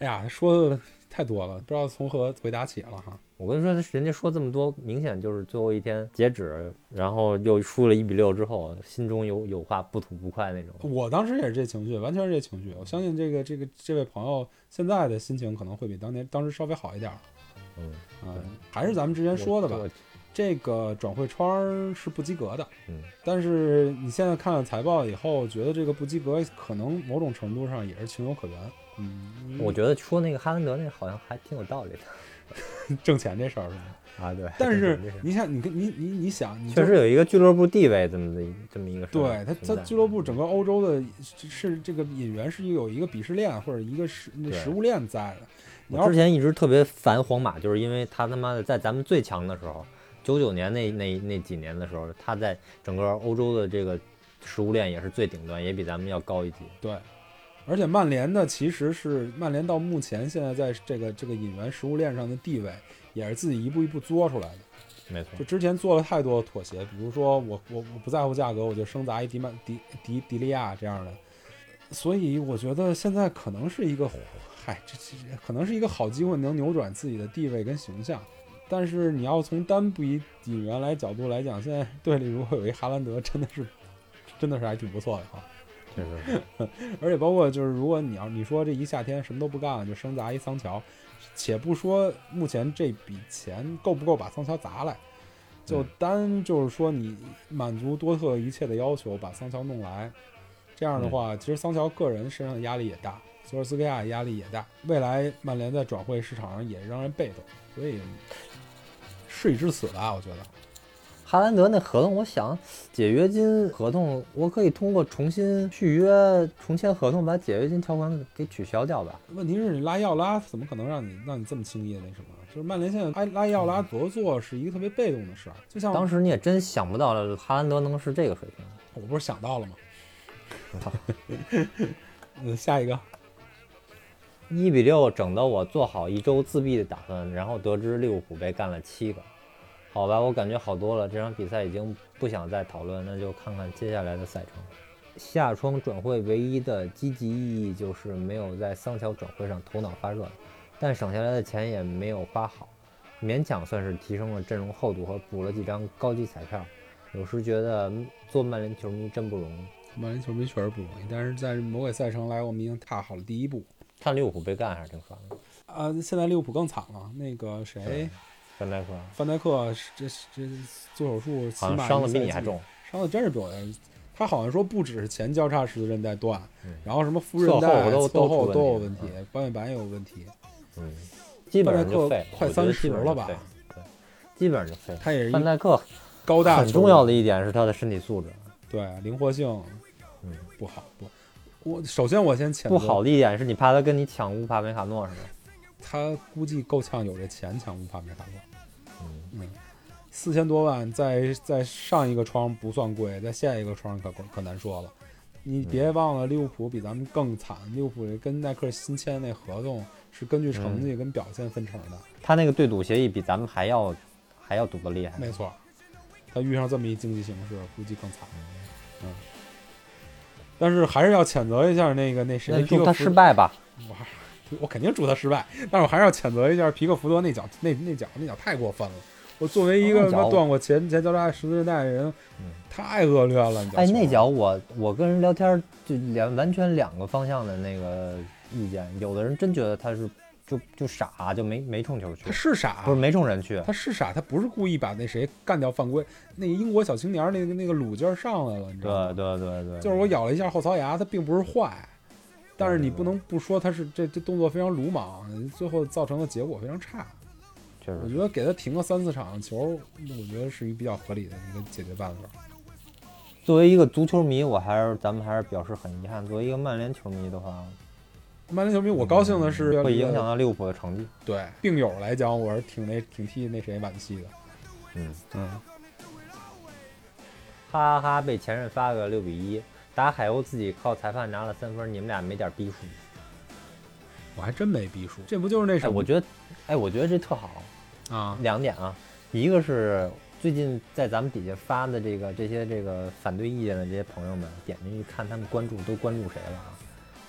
Speaker 4: 哎呀，说的太多了，不知道从何回答起了哈。
Speaker 5: 我跟你说，人家说这么多，明显就是最后一天截止，然后又输了一比六之后，心中有有话不吐不快那种。
Speaker 4: 我当时也是这情绪，完全是这情绪。我相信这个这个这位朋友现在的心情可能会比当年当时稍微好一点儿。
Speaker 5: 嗯，
Speaker 4: 嗯，还是咱们之前说的吧
Speaker 5: 我，。
Speaker 4: 这个转会窗儿是不及格的。
Speaker 5: 嗯，
Speaker 4: 但是你现在看了财报以后，觉得这个不及格可能某种程度上也是情有可原。 嗯，
Speaker 5: 我我觉得说那个哈兰德那好像还挺有道理的
Speaker 4: 挣钱这事儿是吗？
Speaker 5: 啊，对。
Speaker 4: 但是
Speaker 5: 真
Speaker 4: 你想，你跟你你你想，你就
Speaker 5: 确实有一个俱乐部地位这么的这么一个事儿
Speaker 4: 对他，
Speaker 5: 存
Speaker 4: 他
Speaker 5: 在嗯
Speaker 4: 俱乐部整个欧洲的是是这个引援是有一个鄙视链或者一个食
Speaker 5: 对
Speaker 4: 食物链在的。你
Speaker 5: 我
Speaker 4: 要
Speaker 5: 之
Speaker 4: 是
Speaker 5: 前一直特别烦皇马，就是因为他他妈的在咱们最强的时候，九九年那那那几年的时候，他在整个欧洲的这个食物链也是最顶端，也比咱们要高一级。
Speaker 4: 对，而且曼联呢，其实是曼联到目前现在在这个这个引援食物链上的地位，也是自己一步一步作出来的。
Speaker 5: 没错
Speaker 4: 就，之前做了太多妥协，比如说我我我不在乎价格，我就生砸一迪曼迪迪迪利亚这样的，所以我觉得现在可能是一个，嗨，这这这可能是一个好机会，能扭转自己的地位跟形象。但是你要从单不以引援来角度来讲，现在队里如果有一哈兰德，真的是真的是还挺不错的啊。
Speaker 5: 确实。
Speaker 4: 而且包括就是，如果你要你说这一夏天什么都不干了，就生砸一桑乔，且不说目前这笔钱够不够把桑乔砸来，就
Speaker 5: 嗯
Speaker 4: 单就是说你满足多特一切的要求，把桑乔弄来，这样的话，其实桑乔个人身上的压力也大，索尔斯克亚的压力也大，未来曼联在转会市场上也让人被动，所以事已至此吧，我觉得。
Speaker 5: 哈兰德那合同，我想解约金合同，我可以通过重新续约、重签合同把解约金条款给取消掉吧？
Speaker 4: 问题是你拉伊奥拉怎么可能让你让你这么轻易的那什么？就是曼联现在拉拉伊奥拉合作是一个特别被动的事儿，就像
Speaker 5: 当时你也真想不到哈兰德能是这个水平。
Speaker 4: 我不是想到了吗？ 嗯，下一个，
Speaker 5: 一比六整的我做好一周自闭的打算，然后得知利物浦被干了七个。好吧，我感觉好多了，这场比赛已经不想再讨论，那就看看接下来的赛程。夏窗转会唯一的积极意义就是没有在桑乔转会上头脑发热，但省下来的钱也没有花好，勉强算是提升了阵容厚度和补了几张高级彩票。有时觉得嗯做曼联球迷真不容易，
Speaker 4: 曼联球迷确实不容易，但是在魔鬼赛程来，我们已经踏好了第一步。
Speaker 5: 看利物浦被干还是挺爽的。
Speaker 4: 啊、现在利物浦更惨了，那个谁
Speaker 5: 对，范戴克
Speaker 4: 范戴克是这是这做手术，起
Speaker 5: 好
Speaker 4: 码
Speaker 5: 像伤
Speaker 4: 一个
Speaker 5: 的比
Speaker 4: 赛
Speaker 5: 你还
Speaker 4: 季
Speaker 5: 重，。
Speaker 4: 伤的真是比我他好像说不只是前交叉十字韧带断，然后什么副韧
Speaker 5: 侧后
Speaker 4: 带、
Speaker 5: 都
Speaker 4: 嗯侧
Speaker 5: 都
Speaker 4: 后
Speaker 5: 出
Speaker 4: 都有
Speaker 5: 问
Speaker 4: 问
Speaker 5: 题
Speaker 4: 题，嗯半月板也有问题。
Speaker 5: 嗯，基本上
Speaker 4: 范
Speaker 5: 就
Speaker 4: 戴
Speaker 5: 废
Speaker 4: 克，
Speaker 5: 我
Speaker 4: 快
Speaker 5: 觉得
Speaker 4: 30
Speaker 5: 基本上
Speaker 4: 了
Speaker 5: 就
Speaker 4: 吧
Speaker 5: 废对，基本上就废。
Speaker 4: 他也是一
Speaker 5: 范戴克
Speaker 4: 高大
Speaker 5: 很
Speaker 4: 球
Speaker 5: 重
Speaker 4: 员
Speaker 5: 要的一点是他的身体素质，
Speaker 4: 对灵活性，
Speaker 5: 嗯，
Speaker 4: 不好不。我首先我先谴责
Speaker 5: 不好的一点是你怕他跟你抢乌帕梅卡诺是吧？
Speaker 4: 他估计够呛有这钱抢乌帕梅卡诺。
Speaker 5: 嗯，
Speaker 4: 四千多万在在上一个窗不算贵，在下一个窗可可难说了。你
Speaker 5: 嗯
Speaker 4: 别忘了，利物浦比咱们更惨。利物浦跟耐克新签那合同是根据成
Speaker 5: 嗯
Speaker 4: 绩跟表现分成的，
Speaker 5: 他那个对赌协议比咱们还要还要赌的厉害。
Speaker 4: 没错。他遇上这么一经济形势，估计更惨。嗯，但是还是要谴责一下那个那谁，
Speaker 5: 那
Speaker 4: 皮克
Speaker 5: 祝他
Speaker 4: 福
Speaker 5: 失败吧。
Speaker 4: 我我肯定祝他失败，但是我还是要谴责一下皮克福德那脚那那脚那脚太过分了，我作为一个
Speaker 5: 那
Speaker 4: 他
Speaker 5: 脚
Speaker 4: 妈
Speaker 5: 我
Speaker 4: 断过前前交叉十字韧带的人，太恶劣了。你知道
Speaker 5: 哎，
Speaker 4: 吗
Speaker 5: 那脚我我跟人聊天儿就两完全两个方向的那个意见，有的人真觉得他是就就傻，就没没冲球去
Speaker 4: 他，是傻，
Speaker 5: 不是没冲人去，
Speaker 4: 他是傻，他不是故意把那谁干掉犯规。那个英国小青年儿那个那个鲁劲儿上来了，你知
Speaker 5: 对
Speaker 4: 道吗？
Speaker 5: 对对对，
Speaker 4: 就是我咬了一下后槽牙，他并不是坏，但是
Speaker 5: 对
Speaker 4: 你
Speaker 5: 对
Speaker 4: 不能不说他是这这动作非常鲁莽，最后造成的结果非常差。
Speaker 5: 确
Speaker 4: 我
Speaker 5: 实
Speaker 4: 觉得给他停个三四场球，我觉得是一比较合理的一个解决办法。
Speaker 5: 作为一个足球迷，我还是咱们还是表示很遗憾。作为一个曼联球迷的话，
Speaker 4: 曼联球迷，我高兴的是，
Speaker 5: 嗯会影响啊到利物浦的成绩。
Speaker 4: 对病友来讲，我是挺那挺替那谁惋惜的。
Speaker 5: 嗯，
Speaker 4: 嗯，
Speaker 5: 哈哈哈，被前任发个六比一，打海鸥自己靠裁判拿了三分，你们俩没点逼数？
Speaker 4: 我还真没逼数，这不就是那
Speaker 5: 哎，
Speaker 4: 什么？
Speaker 5: 我觉得，哎，我觉得这特好。
Speaker 4: 得啊，
Speaker 5: 两点啊，一个是最近在咱们底下发的这个这些这个反对意见的这些朋友们，点进去看他们关注都关注谁了啊？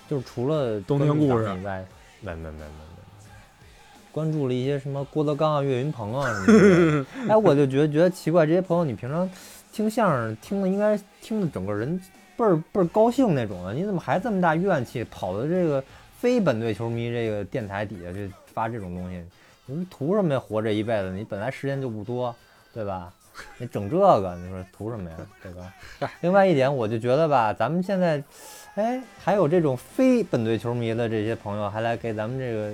Speaker 5: 就是除了
Speaker 4: 冬天
Speaker 5: 关注
Speaker 4: 故
Speaker 5: 咱
Speaker 4: 事
Speaker 5: 们以外，没没没没没没，关注了一些什么郭德纲啊、岳云鹏啊什么 的。哎，我就觉得觉得奇怪，这些朋友你平常听相声听的应该听的整个人倍儿倍儿高兴那种的，你怎么还这么大怨气，跑到这个非本队球迷这个电台底下去发这种东西？你们图什么呀？活这一辈子，你本来时间就不多，对吧？你整这个，你说图什么呀？对吧？另外一点，我就觉得吧，咱们现在，哎，还有这种非本队球迷的这些朋友，还来给咱们这个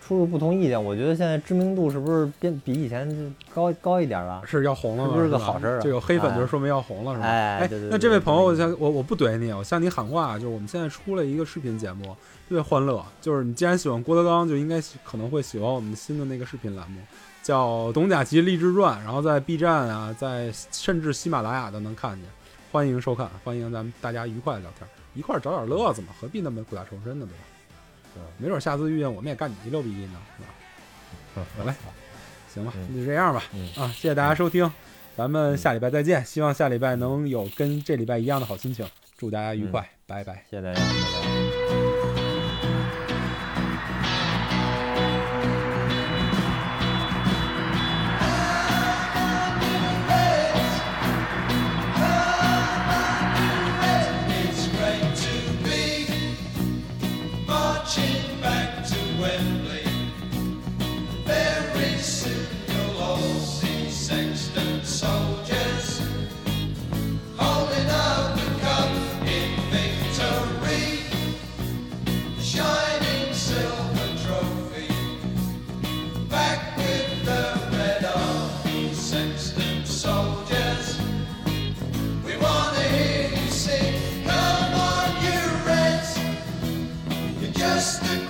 Speaker 5: 出入不同意见，我觉得现在知名度是不是变比以前就高高一点了？
Speaker 4: 是要红了吗？
Speaker 5: 这不是
Speaker 4: 吧
Speaker 5: 个好事儿啊
Speaker 4: 就有黑粉
Speaker 5: 哎
Speaker 4: 就说明要红了，是吧？
Speaker 5: 哎
Speaker 4: 哎
Speaker 5: 对对，对
Speaker 4: 那这位朋友，我
Speaker 5: 对对
Speaker 4: 向我我不怼你，我向你喊话，就是我们现在出了一个视频节目，特别欢乐。就是你既然喜欢郭德纲，就应该喜可能会喜欢我们新的那个视频栏目，叫《董甲奇励志传》，然后在 B 站啊，在甚至喜马拉雅都能看见，欢迎收看，欢迎咱们大家愉快地聊天，一块儿找点乐子嘛，何必那么苦大仇深呢，对吧？
Speaker 5: 对
Speaker 4: 没准下次遇见我们也干你一六比一呢，是吧？ 好嘞，行吧，那就这样吧。
Speaker 5: 嗯
Speaker 4: 啊，谢谢大家收听，咱们下礼拜再见。希望下礼拜能有跟这礼拜一样的好心情。祝大家愉快，拜拜。
Speaker 5: 谢谢大家，拜拜。
Speaker 3: It's great to be marching back to Wembley. Very soon you'll all see Sexton soldiers holding up the cup in victory, shining silver trophy. Back with the red army, Sexton soldiers. We wanna hear you sing. Come on, you Reds. You're just the